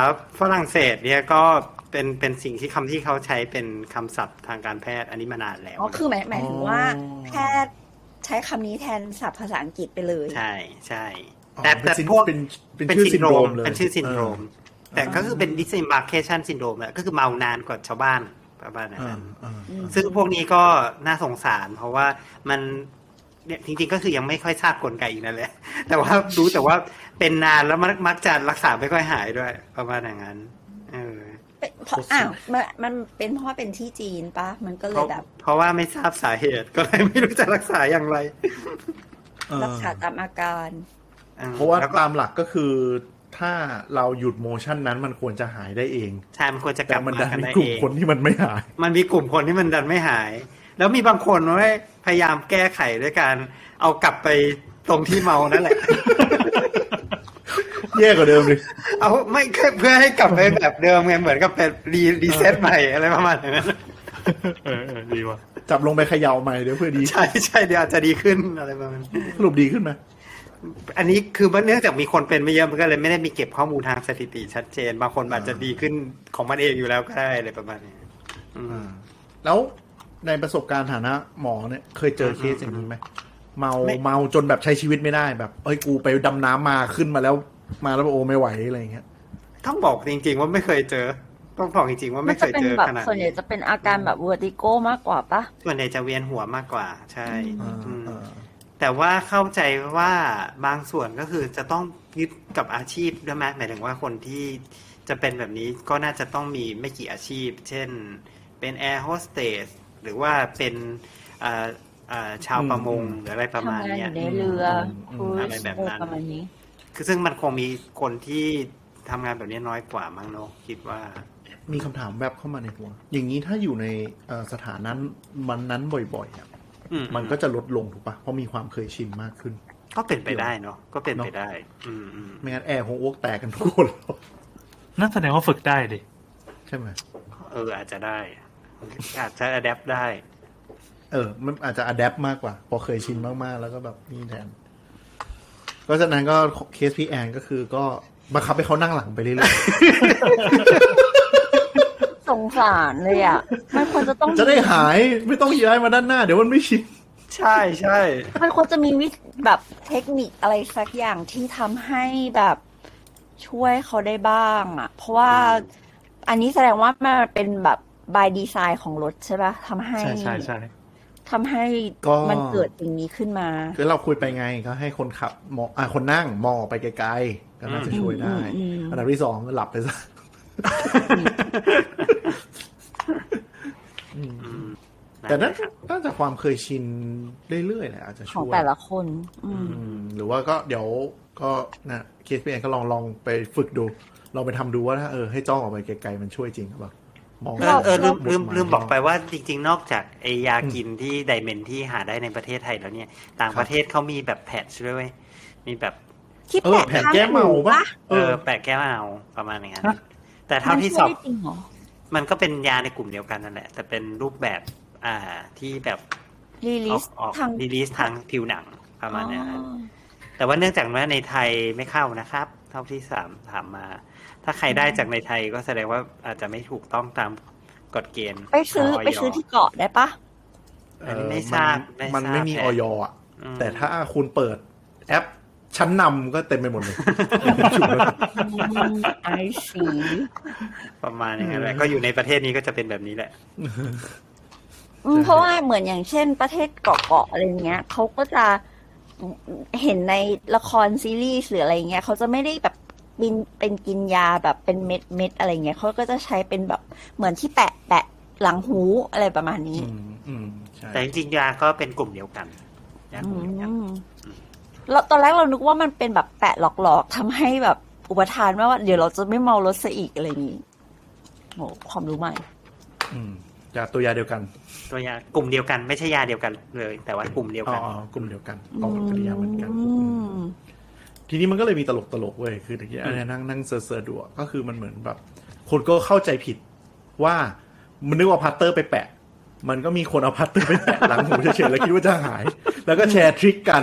ฝรั่งเศสเนี่ยก็เป็นเป็นสิ่งที่คำที่เขาใช้เป็นคำศัพท์ทางการแพทย์อันนี้มานานแล้ว อ๋อ คือหมายหมายถึงว่า แพทย์ใช้คำนี้แทนศัพท์ภาษาอังกฤษไปเลย ใช่ใช่ อ๋อ แต่ เป็ แต่ นซิน พวก เป็นเป็นชื่อซินโดรมเลย เป็นชื่อซินโดรม แต่ก็คือเป็น disembarkation syndrome แหละก็คือเมานานกว่าชาวบ้านประมาณ อ่า นั้น อ่า อืม ซึ่งพวกนี้ก็น่าสงสาร เพราะว่ามันเนี่ยจริงๆก็คือยังไม่ค่อยทราบกลไกอีกนั่นแหละ แต่ว่ารู้แต่ว่าเป็นนานแล้วมักมักจะรักษาไม่ค่อยหายด้วย ประมาณอย่างนั้นเออ เป็นเพราะอ้าวมันมันเป็นเพราะว่าเป็นที่จีนปะ มันก็ เพ เลย ราะ แบบ เพราะว่าไม่ทราบสาเหตุก็ เลยไม่รู้จะรักษาอย่างไร อ่ รักษาตามอาการ ออ เพราะว่า แล้วก็ ตามหลักก็คือ ถ้าเราหยุดโมชั่นนั้นมันควรจะหายได้เอง ใช่มันควรจะก แต่ ลับ มัน มา ดัน กัน มี ได้ กลุ่ม เอง คนที่มันไม่หาย มันมีกลุ่มคนที่มันดันไม่หาย แล้วมีบางคนเว้ยพยายามแก้ไขด้วยการเอากลับไปตรงที่เมานั่นแหละ แย่กว่าเดิมเลย เอาไม่เพื่อให้กลับไปแบบเดิมไงเหมือนกับเป็นรีรีเซ็ตใหม่อะไรประมาณอย่างนั้น เออเออดีว่ะ จับลงไปเขย่าใหม่เดี๋ยวเพื่อดี ใช่ใช่เดี๋ยวอาจจะดีขึ้นอะไรประมาณนั้น สรุปดีขึ้นไหม อันนี้คือมันเนื่องจากมีคนเป็นไม่เยอะมันก็เลยไม่ได้มีเก็บข้อมูลทางสถิติชัดเจน บางคนอาจจะดีขึ้นของมันเองอยู่แล้วก็ได้อะไรประมาณนี้อืม แล้วในประสบการณ์ฐานะหมอเนี่ย เคยเจอเคสอย่างนี้ไหมเมา ไม่ เมาจนแบบใช้ชีวิตไม่ได้แบบ เอ้ยกูไปดำน้ำมาขึ้นมาแล้ว มาแล้วบอกโอ้ไม่ไหวอะไรอย่างเงี้ย ต้องบอกจริง ๆ ว่าไม่เคยเจอ ต้องบอกจริง ๆ ว่า มัน ไม่เค จะ ย เป็น เจอ แบบ ขนาด ส่วนใหญ่ นี้ จะเป็นอาการแบบเวอร์ติโก้มากกว่าปะ ส่วนใหญ่จะเวียนหัวมากกว่า ใช่ อ่า อืม อ่า แต่ว่าเข้าใจว่าบางส่วนก็คือจะต้องยึดกับอาชีพด้วยไหมหมายถึงว่าคนที่จะเป็นแบบนี้ก็น่าจะต้องมีไม่กี่อาชีพ เช่น เป็นแอร์โฮสเตสหรือว่าเป็นเอ่อเอ่อชาวประมงหรืออะไรประมาณ ทำงานอ เนี้ย ยู่ในเรือครู อะไรแบบนั้น ประมาณนี้ คือซึ่งมันคงมีคนที่ทำงานแบบนี้น้อยกว่ามั้งเนอะคิดว่า มีคำถามแบบเข้ามาในหัว อย่างนี้ถ้าอยู่ในเอ่อสถานะมันนั้นบ่อยๆอะ อื มันก็จะลดลงถูกปะเพราะมีความเคยชินมากขึ้น ก็เป็นไปได้เนาะก็เป็นไปได้ อืมอืม ไม่งั้นแอร์คงอ้วก แตกกันทุกคนหรอก นั่นแสดงว่าฝึกได้ดิ ใช่ไหม เอออาจจะ ได้ อาจจะอัดแอปได้ เออ มันอาจจะอัดแอปมากกว่า พอเคยชินมากๆ แล้วก็แบบนี่แทน ก็จากนั้นก็เคสพี่แอนก็คือก็บังคับให้เขานั่งหลังไปเรื่อย สงสารเลยอ่ะ มันควรจะต้อง ๆ จะได้หายไม่ต้องย้ายมาด้านหน้า เดี๋ยวมันไม่ชิน ใช่ใช่ มันควรจะมีวิธีแบบเทคนิคอะไรสักอย่างที่ทำให้แบบช่วยเขาได้บ้างอะเพราะว่า อืม อันนี้แสดงว่ามันเป็นแบบบายดีไซน์ของรถใช่ปะทำให้ ใช่ใช่ใช่ ทำให้ ก็ มันเกิดอย่างนี้ขึ้นมา คือเราคุยไปไงก็ให้คนขับมองอ่ะคนนั่งมองออกไปไกลๆ ก็น่าจะช่วยได้ อืมอืมอืม อันดับที่สองก็หลับไปซะ อืม แต่นั่หนละครับ น่าจะความเคยชินเรื่อยๆแหละอาจจะ ของ ช่วย แต่ละคน อืม อืมหรือว่าก็เดี๋ยวก็นะเคสพี่แอนก็ลองลองไปฝึกดู ลองไปทำดูว่าถ้าเออให้จ้องออกไปไกลๆมันช่วยจริงหรือเปล่ามอง เออเออลืมลืมลืมบอกไป ว่า ว่าจริง ๆ นอกจากไอยากินที่ไดเมนที่หาได้ในประเทศไทยแล้วเนี่ย ต่างประเทศเขามีแบบแพทช์ด้วยเว้ยมีแบบ ที่ เออแผ่นแก้เมาปะ เออแปะแก้วเอาประมาณอย่างนั้นแต่ มั เท่าน ที่ส ช่ว อย บ ได้จริงเหรอ มันก็เป็นยาในกลุ่มเดียวกันนั่นแหละ แต่เป็นรูปแบบอ่าที่แบบ รี อ ลิ อก ส ออก ทาง รีลิสทางผิวหนังประมาณอย่างนั้น อ๋อ แต่ว่าเนื่องจากว่าในไทยไม่เข้านะครับ เท่าที่สามถามมา ถ้าใครได้จากในไทยก็แสดงว่าอาจจะไม่ถูกต้องตามกฎเกณฑ์ ไปซื้อ ขง ไปซื้อที่เกาะได้ปะ เ อันนี้ไม่ทราบ น ไม่ทราบ มันไม่มี แห อ ละ อยอ่ะ อืม แต่ถ้าคุณเปิดแอปชั้นนำก็เต็มไปหมดเลย ไอซี ประมาณอย่างนั้นแหละก็อยู่ในประเทศนี้ก็จะเป็นแบบนี้แหละ ใช่ เพราะว่าเหมือนอย่างเช่นประเทศเกาะๆอะไรเงี้ยเขาก็จะเห็นในละครซีรีส์หรืออะไรเงี้ยเขาจะไม่ได้แบบบินเป็นกินยาแบบเป็นเม็ดเม็ดๆอะไรเงี้ยเขาก็จะใช้เป็นแบบเหมือนที่แปะแปะหลังหูอะไรประมาณนี้ อืมอืมใช่ แต่จริงๆยาก็เป็นกลุ่มเดียวกันยากลุ่มเดียวกัน อืมเราตอนแรกเรานึกว่ามันเป็นแบบแปะหลอกๆทำให้แบบอุปทานว่าเดี๋ยวเราจะไม่เมารถซะอีกอะไรอย่างนี้โหความรู้ใหม่ อืมยาตัวยาเดียวกัน ตัวยากลุ่มเดียวกันไม่ใช่ยาเดียวกันเลย แต่ว่ากลุ่มเดียว อ๋อ กัน อ๋อกลุ่มเดียวกันต่อปฏิกิริยาเหมือนกัน อืม ทีนี้มันก็เลยมีตลกตลกๆเว้ย คือตะกี้อันนี้นั่งนั่งเซอร์เซอร์ดูอะก็คือมันเหมือนแบบ คนก็เข้าใจผิดว่ามันนึกว่าพัตเตอร์ไปแปะ มันก็มีคนเอาพัตเตอร์ไปแปะหลังหูเฉยๆแล้วคิดว่าจะหาย แล้วก็แชร์ทริคกัน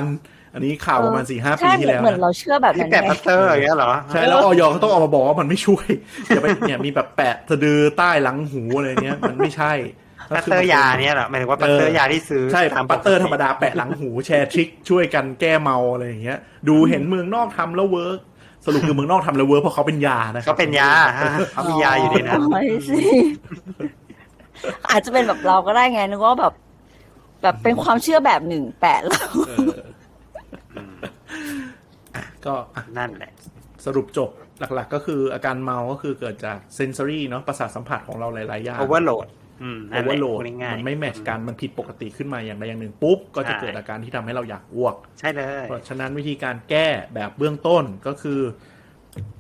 อันนี้ข่าวประมาณสี่ห้าปี ใช่ ที่ เหมือ แล้ น ว เหมือนเรา นะ เชื่อแบบ ที่ นั้น แปะ ไง พัตเตอร์อย่างเงี้ยเหรอ ใช่แล้วออยเขาต้องออกมาบอกว่ามันไม่ช่วยอย่าไปเนี่ยมีแบบแปะสะดือใต้หลังหูอะไรเนี้ย มันไม่ใช่ พัตเตอร์ยาเนี่ยเหรอหมายถึงว่าพัตเตอร์ยาที่ซื้อ ใช่ ตาม พัตเตอร์ธรรมดาแปะหลังหูแชร์ทริคช่วยกันแก้เมาอะไรอย่างเงี้ย ดูเห็นเมืองนอกทำแล้วเวิร์กสรุปคือเมืองนอกทำแล้วเวิร์กเพราะเขาเป็นยานะครับ ก็เป็นยาฮะเขามียาอยู่ในนั้น ไม่สิอาจจะเป็นแบบเราก็ได้ไงนึกว่าแบบ แบบเป็นความเชื่อแบบหนึ่งแปะเรา ก็อ่ะ นั่นแหละ สรุปจบหลักๆ ก็คืออาการเมาก็คือเกิดจากเซนซอรี่เนาะประสาทสัมผัสของเราหลายๆอย่าง overload อืมนั่นแหละ overload พูดง่ายๆ มันไม่แมทช์กันมันผิดปกติขึ้นมาอย่างใดอย่างหนึ่งปุ๊บ ก็จะเกิดอาการที่ทำให้เราอยากอ้วก ใช่เลย เพราะฉะนั้นวิธีการแก้แบบเบื้องต้นก็คือ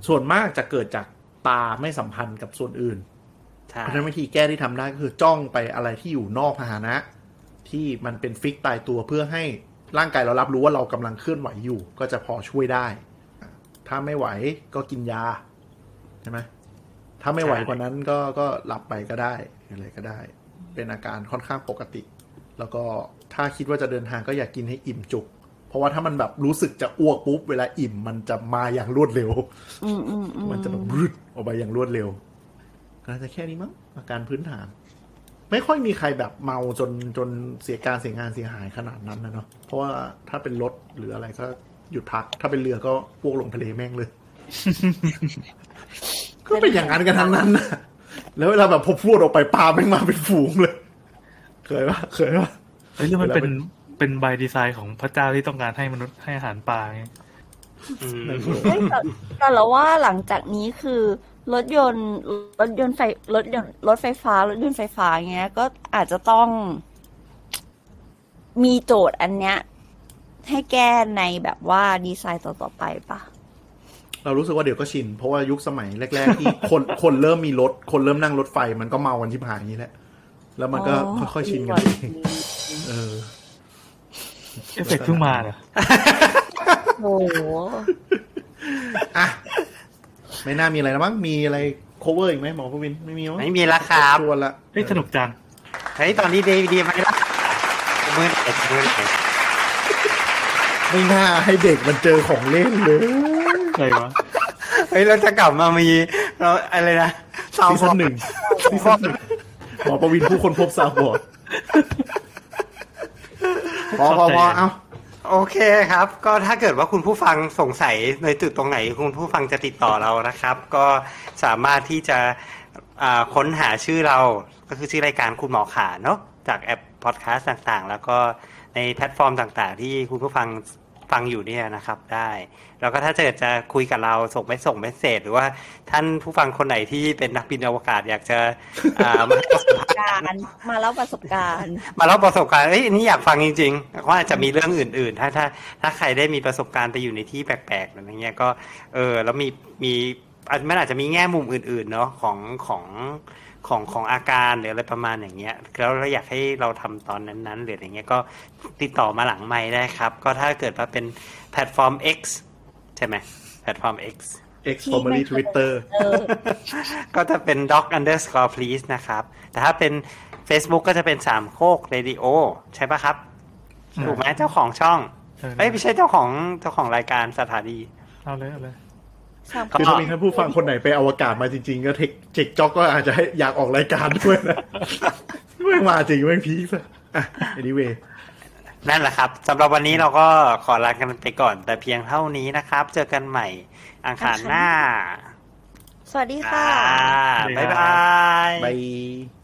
ส่วนมากจะเกิดจากตาไม่สัมพันธ์กับส่วนอื่น ใช่ เพราะฉะนั้นวิธีแก้ที่ทำได้ก็คือจ้องไปอะไรที่อยู่นอกพาหนะ ที่มันเป็นฟิกตายตัวเพื่อให้ร่างกายเรารับรู้ว่าเรากำลังเคลื่อนไหวอยู่ ก็จะพอช่วยได้ ถ้าไม่ไหวก็กินยาใช่ไหมถ้าไม่ไหวกว่านั้นก็ก็หลับไปก็ได้หรืออะไรก็ได้ เป็นอาการค่อนข้างปกติ แล้วก็ถ้าคิดว่าจะเดินทางก็อยากกินให้อิ่มจุก เพราะว่าถ้ามันแบบรู้สึกจะอ้วกปุ๊บเวลาอิ่มมันจะมาอย่างรวดเร็ว อืมอืมอืม มันจะแบบ รึดออกไปอย่างรวดเร็วก็น่าจะแค่นี้มั้งอาการพื้นฐาน ไม่ค่อยมีใครแบบเมาจนจนเสียการเสียงานเสียหายขนาดนั้นนะเนาะเพราะว่าถ้าเป็นรถหรืออะไรก็หยุดพัก ถ้าเป็นเรือก็พวกลงทะเลแม่งเลย ก็เป็นอย่างนั้นกันทั้งนั้นนะแล้วเวลาแบบพอพูดออกไปปลาแม่งมาเป็นฝูงเลย เคยปะเคยปะ เฮ้ยแล้วมันเป็น เวลาเป็น เป็นบายดีไซน์ของพระเจ้าที่ต้องการให้มนุษย์ให้อาหารปลาไง อืม เฮ้ยแต่แต่เราว่าหลังจากนี้คือรถยนต์รถยนต์ไฟรถยนต์รถไฟฟ้ารถยนต์ไฟฟ้าเงี้ย ก็อาจจะต้อง มีโจทย์อันเนี้ย ให้แก้ในแบบว่าดีไซน์ต่อๆไปปะ เรารู้สึกว่าเดี๋ยวก็ชิน เพราะว่ายุคสมัยแรก ๆ ที่คนคนเริ่มมีรถ คนเริ่มนั่งรถไฟมันก็เมากันชิบหายอย่างนี้แหละแล้วมันก็ค่อยๆชินกันเองเออ เอฟเฟกต์เพิ่งมาเหรอ โอ้โห อ่ะ ไม่น่ามีอะไรแล้วมั้งมีอะไร cover อีกไหมหมอพวินไม่มีมั้ง ไม่มีราคา ชวนละ เฮ้ยสนุกจัง เฮ้ยตอนนี้ดีดีไหมล่ะมือไหนมือไหน ไม่น่าให้เด็กมันเจอของเล่นเลย อะไรวะ เฮ้ยเราจะกลับมามีเราอะไรนะสาว ซี บ ซั่ อน ก หนึ่งซีซั่นหนึ่งหมอพวินผู้คนพบซาวบอร์ดพอพอพอเอา โอเคครับ ก็ถ้าเกิดว่าคุณผู้ฟังสงสัยในจุดตรงไหน คุณผู้ฟังจะติดต่อเรานะครับ ก็สามารถที่จะอ่าค้นหาชื่อเราก็คือชื่อรายการคุณหมอขาเนาะจากแอปพอดแคสต์ต่างๆ แล้วก็ในแพลตฟอร์มต่างๆ ที่คุณผู้ฟังฟังอยู่เนี่ยนะครับได้ แล้วก็ถ้าเกิดจะคุยกับเราส่งไปส่งเมสเซจหรือว่าท่านผู้ฟังคนไหนที่เป็นนักบินอวกาศอยากจะอ่ามาให้เราสัมภาษณ์ การมาเล่าประสบการณ์ มาเล่าประสบการณ์เอ้ยอันนี่อยากฟังจริงๆว่าอาจจะมีเรื่องอื่น ๆ ถ้าถ้าถ้าใครได้มีประสบการณ์ไปอยู่ในที่แปลกๆอะไรเงี้ยก็ เออ แล้วมีมีอาจมันอาจจะมีแง่มุมอื่น ๆ เนาะของของของของอาการหรืออะไรประมาณอย่างเงี้ย แล้วเราอยากให้เราทำตอนนั้นๆหรืออะไรเงี้ยก็ติดต่อมาหลังไม้ได้ครับ ก็ถ้าเกิดว่าเป็นแพลตฟอร์ม X ใช่ไหมแพลตฟอร์ม X X formerly Twitter เออ ก็จะเป็น doc underscore please นะครับ แต่ถ้าเป็น Facebook ก็จะเป็นสามโคกเรดิโอใช่ปะครับ อืม ถูกไหมเจ้าของช่อง เออ เอ้ยไม่ใช่เจ้าของเจ้าของรายการสถานี เอาเลยเอาเลย สร้าง คือถ้ามีท่านผู้ฟังคนไหนไปอวกาศมาจริงๆ ก็เทคเจ็กจ็อกก็อาจจะให้อยากออกรายการด้วยนะ ไม่มาจริงไม่พีคอะอ่ะ anyway นั่นแหละครับสำหรับวันนี้เราก็ขอลากันไปก่อน แต่เพียงเท่านี้นะครับ เจอกันใหม่อังคารหน้า สวัสดี อ่า ค่ะ บ๊ายบาย bye